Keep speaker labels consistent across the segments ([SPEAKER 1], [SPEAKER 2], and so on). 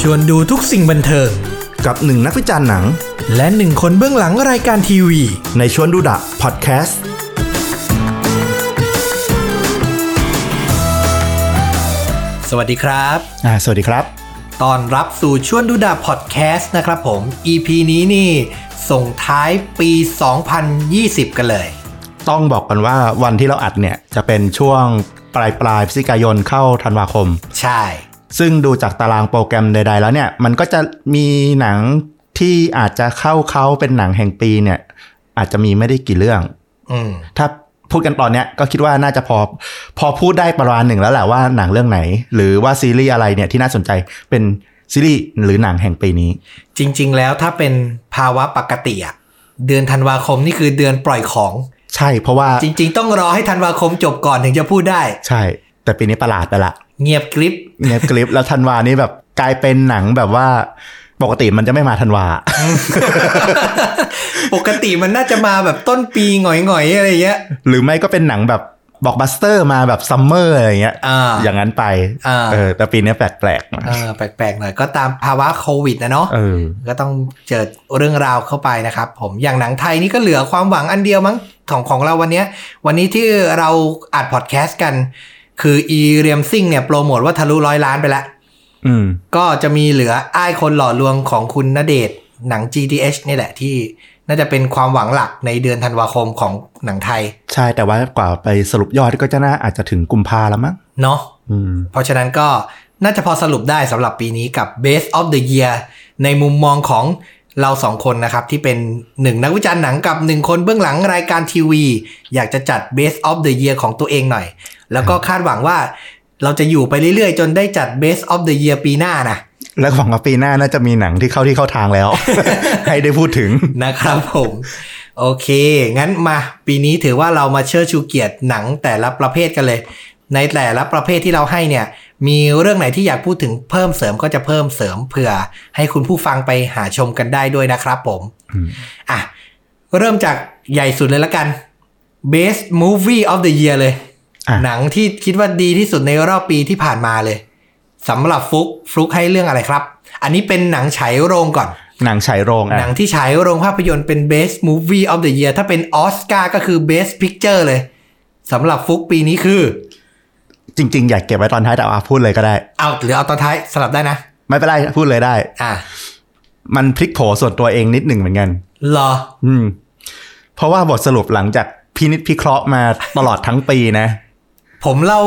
[SPEAKER 1] ชวนดูทุกสิ่งบันเทิง
[SPEAKER 2] กับหนึ่งนักวิจารณ์หนัง
[SPEAKER 1] และหนึ่งคนเบื้องหลังรายการทีวี
[SPEAKER 2] ในชวนดูดะพอดแคสต์
[SPEAKER 1] สวัสดีครับ
[SPEAKER 2] สวัสดีครับ
[SPEAKER 1] ตอนรับสู่ชวนดูดาพอดแคสต์นะครับผม EP นี้นี่ ส่งท้ายปี 2020 กันเลย
[SPEAKER 2] ต้องบอกกันว่าวันที่เราอัดเนี่ย จะเป็นช่วงปลายปลายพฤศจิกายนเข้าธันวาคม
[SPEAKER 1] ใช่
[SPEAKER 2] ซึ่งดูจากตารางโปรแกรมใด ๆ แล้วเนี่ย มันก็จะมีหนังที่อาจจะเข้าเขาเป็นหนังแห่งปีเนี่ย อาจจะมีไม่ได้กี่เรื่อง
[SPEAKER 1] อืม
[SPEAKER 2] ถ้าพูดกันตอนเนี้ยก็คิดว่าน่าจะพอพอพูดได้ประมาณหนึ่งแล้วแหละว่าหนังเรื่องไหน หรือว่าซีรีส์อะไรเนี่ยที่น่าสนใจเป็นซีรีส์หรือหนังแห่งปีนี้
[SPEAKER 1] จริง ๆ แล้วถ้าเป็นภาวะปกติอะเดือนธันวาคมนี่คือเดือนปล่อยของ
[SPEAKER 2] ใช่เพราะว่า
[SPEAKER 1] จริง ๆ ต้องรอให้ธันวาคมจบก่อนถึงจะพูดได้
[SPEAKER 2] ใช่ แต่ปีนี้ประหลาดไปละ
[SPEAKER 1] เงียบกริบ
[SPEAKER 2] เนฟกริปแล้วธันวานี่แบบกลายเป็นหนังแบบว่าปกติมันจะไม่มาธันวา
[SPEAKER 1] ปกติมันน่าจะมาแบบต้นปีหง่อยๆอะไรเงี้ย
[SPEAKER 2] หรือไม่ก็เป็นหนังแบบบอกบัสเตอร์มาแบบซัมเมอร์อะไรเงี้ย
[SPEAKER 1] อ่า
[SPEAKER 2] อย่างนั้นไป
[SPEAKER 1] อ่า
[SPEAKER 2] เออแต่ปีนี้แปลกๆมา
[SPEAKER 1] เออแปลกๆหน่อยก็ตามภาวะโควิดนะเนาะ
[SPEAKER 2] เออ
[SPEAKER 1] ก็ต้องเจอเรื่องราวเข้าไปนะครับ ผมอย่างหนังไทยนี่ก็เหลือความหวังอันเดียวมั้งของของเราวันเนี้ย วันนี้ที่เราอัดพอดแคสต์กัน คืออีเรียมซิ่งเนี่ยโปรโมทว่าทะลุร้อยล้านไปแล้ว
[SPEAKER 2] อืม
[SPEAKER 1] ก็จะมีเหลืออ้ายคนหล่อลวงของคุณณเดชน์หนัง GDH นี่แหละที่น่าจะเป็นความหวังหลักในเดือนธันวาคมของหนังไทย
[SPEAKER 2] ใช่แต่ว่ากว่าไปสรุปยอดก็จะน่าอาจจะถึงกุมภาแล้วมั้ง
[SPEAKER 1] เนาะ
[SPEAKER 2] อืม
[SPEAKER 1] เพราะฉะนั้นก็น่าจะพอสรุปได้สำหรับปีนี้กับ Best of the Year ในมุมมองของเราสองคนนะครับ ที่เป็นหนึ่งนักวิจารณ์หนังกับหนึ่งคนเบื้องหลังรายการทีวี อยากจะจัด Best of the Year ของตัวเองหน่อย แล้วก็คาดหวังว่าเราจะอยู่ไปเรื่อยๆ จนได้จัด Best of the Year ปีหน้านะ
[SPEAKER 2] แล้วหวังว่าปีหน้าน่าจะมีหนังที่เข้าที่เข้าทาง แล้ว ให้ได้พูดถึง
[SPEAKER 1] นะครับผม โอเค งั้นมาปีนี้ถือว่าเรามาเชิดชูเกียรติหนังแต่ละประเภทกันเลย ในแต่ละประเภทที่เราให้เนี่ย มีเรื่องไหนที่อยากพูดถึงเพิ่มเสริมก็จะเพิ่มเสริมเผื่อให้คุณผู้ฟังไปหาชมกันได้ด้วยนะครับผม
[SPEAKER 2] อืม
[SPEAKER 1] อ่ะ เริ่มจากใหญ่สุดเลยละกัน Best Movie of the Year เลย
[SPEAKER 2] อ่ะ
[SPEAKER 1] หนังที่คิดว่าดีที่สุดในรอบปีที่ผ่านมาเลยสำหรับฟลุกฟลุกให้เรื่องอะไรครับ อันนี้เป็นหนังฉายโรงก่อน
[SPEAKER 2] หนังฉายโรง
[SPEAKER 1] หนั
[SPEAKER 2] อ่ะ
[SPEAKER 1] งที่ฉายโรงภาพยนตร์เป็น Best Movie of the Year ถ้าเป็นออสการ์ก็คือ Best Picture เลยสำหรับฟลุกปีนี้คือ
[SPEAKER 2] จริง ๆ อยากเก็บไว้ตอนท้ายแต่ว่าพูดเลยก็ได้
[SPEAKER 1] เอาหรือเอาตอนท้ายสลับได้นะ
[SPEAKER 2] ไม่เป็นไรพูดเลยได้
[SPEAKER 1] อ่ะ
[SPEAKER 2] มันพลิกโผส่วนตัวเองนิดหนึ่งเหมือนกัน
[SPEAKER 1] เหรอ
[SPEAKER 2] อืม เพราะว่าบทสรุปหลังจากพินิจพิเคราะห์มาตลอดทั้งปีนะ
[SPEAKER 1] ผมเล่า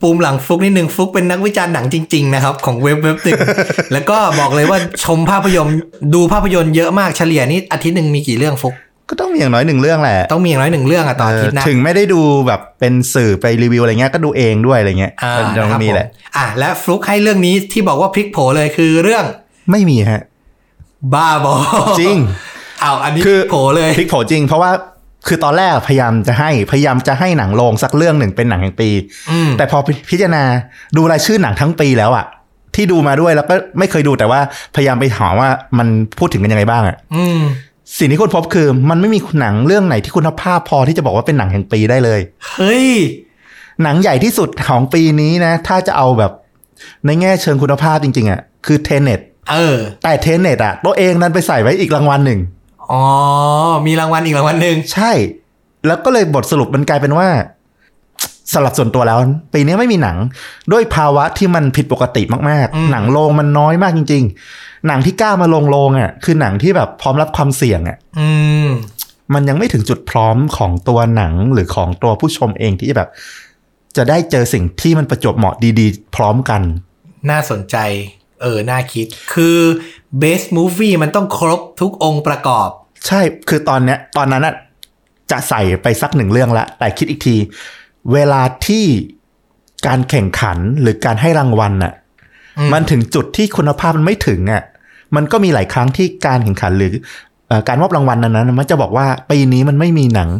[SPEAKER 1] ปูมหลังฟลุกนิดนึงฟลุกเป็นนักวิจารณ์หนังจริง ๆ นะครับ ของเว็บเว็บหนึ่ง แล้วก็บอกเลยว่าชมภาพยนตร์ดูภาพยนตร์เยอะมากเฉลี่ยนี่อาทิตย์หนึ่งมีกี่เรื่องฟลุก
[SPEAKER 2] ก็ต้องมีอย่างน้อยหนึ่งเรื่องแหละ
[SPEAKER 1] ต้องมีอย่างน้อยหนึ่งเรื่องอะต่ออาทิตย์นะ
[SPEAKER 2] ถึงไม่ได้ดูแบบเป็นสื่อไปรีวิวอะไรเงี้ยก็ดูเองด้วยอะไรเงี้ย
[SPEAKER 1] อ่า
[SPEAKER 2] มันต้องมีแหละ
[SPEAKER 1] นะครับผมอ่ะและฟลุกให้เรื่องนี้ที่บอกว่าพลิกโผเลยคือเรื่อง
[SPEAKER 2] ไม่มีฮะ
[SPEAKER 1] บ้าบอ
[SPEAKER 2] จริง
[SPEAKER 1] เอาวอันนี้
[SPEAKER 2] คือ
[SPEAKER 1] พลิกโผเลย
[SPEAKER 2] พลิกโผจริง เพราะว่าคือตอนแรกพยายามจะให้พยายามจะให้หนังโรงสักเรื่องหนึ่งเป็นหนังแห่งปี
[SPEAKER 1] อืม
[SPEAKER 2] แต่พอพิจารณาดูรายชื่อหนังทั้งปีแล้วอะที่ดูมาด้วยแล้วก็ไม่เคยดูแต่ว่าพยายามไปหาว่ามันพูดถึงกันยังไงบ้างอะ
[SPEAKER 1] อืม
[SPEAKER 2] สิ่งที่คุณพบคือมันไม่มีหนังเรื่องไหนที่คุณภาพพอที่จะบอกว่าเป็นหนังแห่งปีได้เลย
[SPEAKER 1] เฮ้ย
[SPEAKER 2] หนังใหญ่ที่สุดของปีนี้นะ ถ้าจะเอาแบบในแง่เชิงคุณภาพจริงๆอะ่ะคือเทเนต
[SPEAKER 1] เออ
[SPEAKER 2] แต่เทเนตอ่ะตัวเองนั้นไปใส่ไว้อีกรางวัลหนึ่ง
[SPEAKER 1] อ๋อ มีรางวัลอีกรางวัลหนึ่ง
[SPEAKER 2] ใช่ แล้วก็เลยบทสรุปมันกลายเป็นว่าสำหรับส่วนตัวแล้ว ปีนี้ไม่มีหนัง ด้วยภาวะที่มันผิดปกติมากๆ หนังโรงมันน้อยมากจริง ๆ หนังที่กล้ามาลงโรงอ่ะคือหนังที่แบบพร้อมรับความเสี่ยงอ่ะ
[SPEAKER 1] อืม
[SPEAKER 2] มันยังไม่ถึงจุดพร้อมของตัวหนังหรือของตัวผู้ชมเองที่จะแบบ จะได้เจอสิ่งที่มันประจวบเหมาะดีๆ พร้อมกัน
[SPEAKER 1] น่าสนใจ เออ น่าคิด คือ best movie มันต้องครบทุกองค์ประกอบ
[SPEAKER 2] ใช่ คือตอนเนี้ย ตอนนั้นอะจะใส่ไปสักหนึ่งเรื่องละ แต่คิดอีกที เวลาที่การแข่งขันหรือการให้รางวัลน่ะ
[SPEAKER 1] อืม
[SPEAKER 2] มันถึงจุดที่คุณภาพมันไม่ถึงอะมันก็มีหลายครั้งที่การแข่งขันหรือเอ่อการมอบรางวัลนั้นๆมันจะบอกว่าปีนี้มันไม่มีหนัง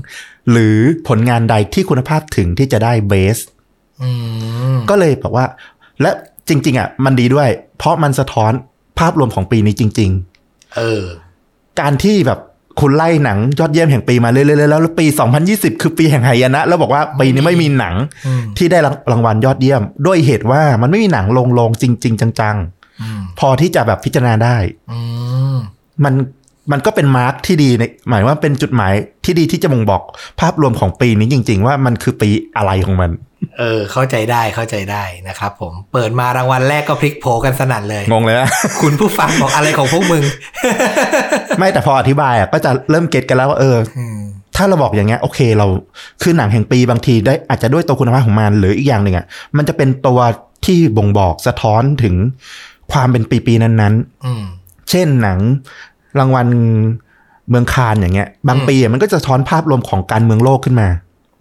[SPEAKER 2] หรือผลงานใดที่คุณภาพถึงที่จะได้เบส
[SPEAKER 1] อืม
[SPEAKER 2] ก็เลยแบบว่า และจริง ๆ อ่ะ มันดีด้วย เพราะมันสะท้อนภาพรวมของปีนี้จริง
[SPEAKER 1] เออ
[SPEAKER 2] ๆ การที่แบบคุณไล่หนังยอดเยี่ยมแห่งปีมาเรื่อยๆแล้วแล้วปี 2020 คือปีแห่งหายนะ แล้วบอกว่าปีนี้ไม่มีหนัง
[SPEAKER 1] อืม
[SPEAKER 2] ที่ได้รางวัลยอดเยี่ยม ด้วยเหตุว่ามันไม่มีหนังลงโรงจริง ๆ จัง
[SPEAKER 1] อืม
[SPEAKER 2] พอที่จะแบบพิจารณาได้
[SPEAKER 1] อืม
[SPEAKER 2] มันมันก็เป็นมาร์กที่ดีในหมายว่าเป็นจุดหมายที่ดีที่จะบ่งบอกภาพรวมของปีนี้จริง ๆ ว่ามันคือปีอะไรของมัน
[SPEAKER 1] เออ เข้าใจได้เข้าใจได้นะครับผมเปิดมารางวัลแรกก็พลิกโผกันสนั่นเลย
[SPEAKER 2] งงเลยนะ
[SPEAKER 1] คุณผู้ฟังบอกอะไรของพวกมึง
[SPEAKER 2] ไม่แต่พออธิบายอ่ะก็จะเริ่มเก็ตกันแล้วว่าเออ
[SPEAKER 1] อืม
[SPEAKER 2] ถ้าเราบอกอย่างเงี้ยโอเคเราคือหนังแห่งปีบางทีได้อาจจะด้วยตัวคุณภาพของมันหรืออีกอย่างหนึ่งอ่ะมันจะเป็นตัวที่บ่งบอกสะท้อนถึงความเป็นปีปีๆนั้นๆ
[SPEAKER 1] อืม
[SPEAKER 2] เช่นหนังรางวัลเมืองคานอย่างเงี้ย บาง
[SPEAKER 1] อืม
[SPEAKER 2] ปีอะมันก็จะสะท้อนภาพรวมของการเมืองโลกขึ้นมา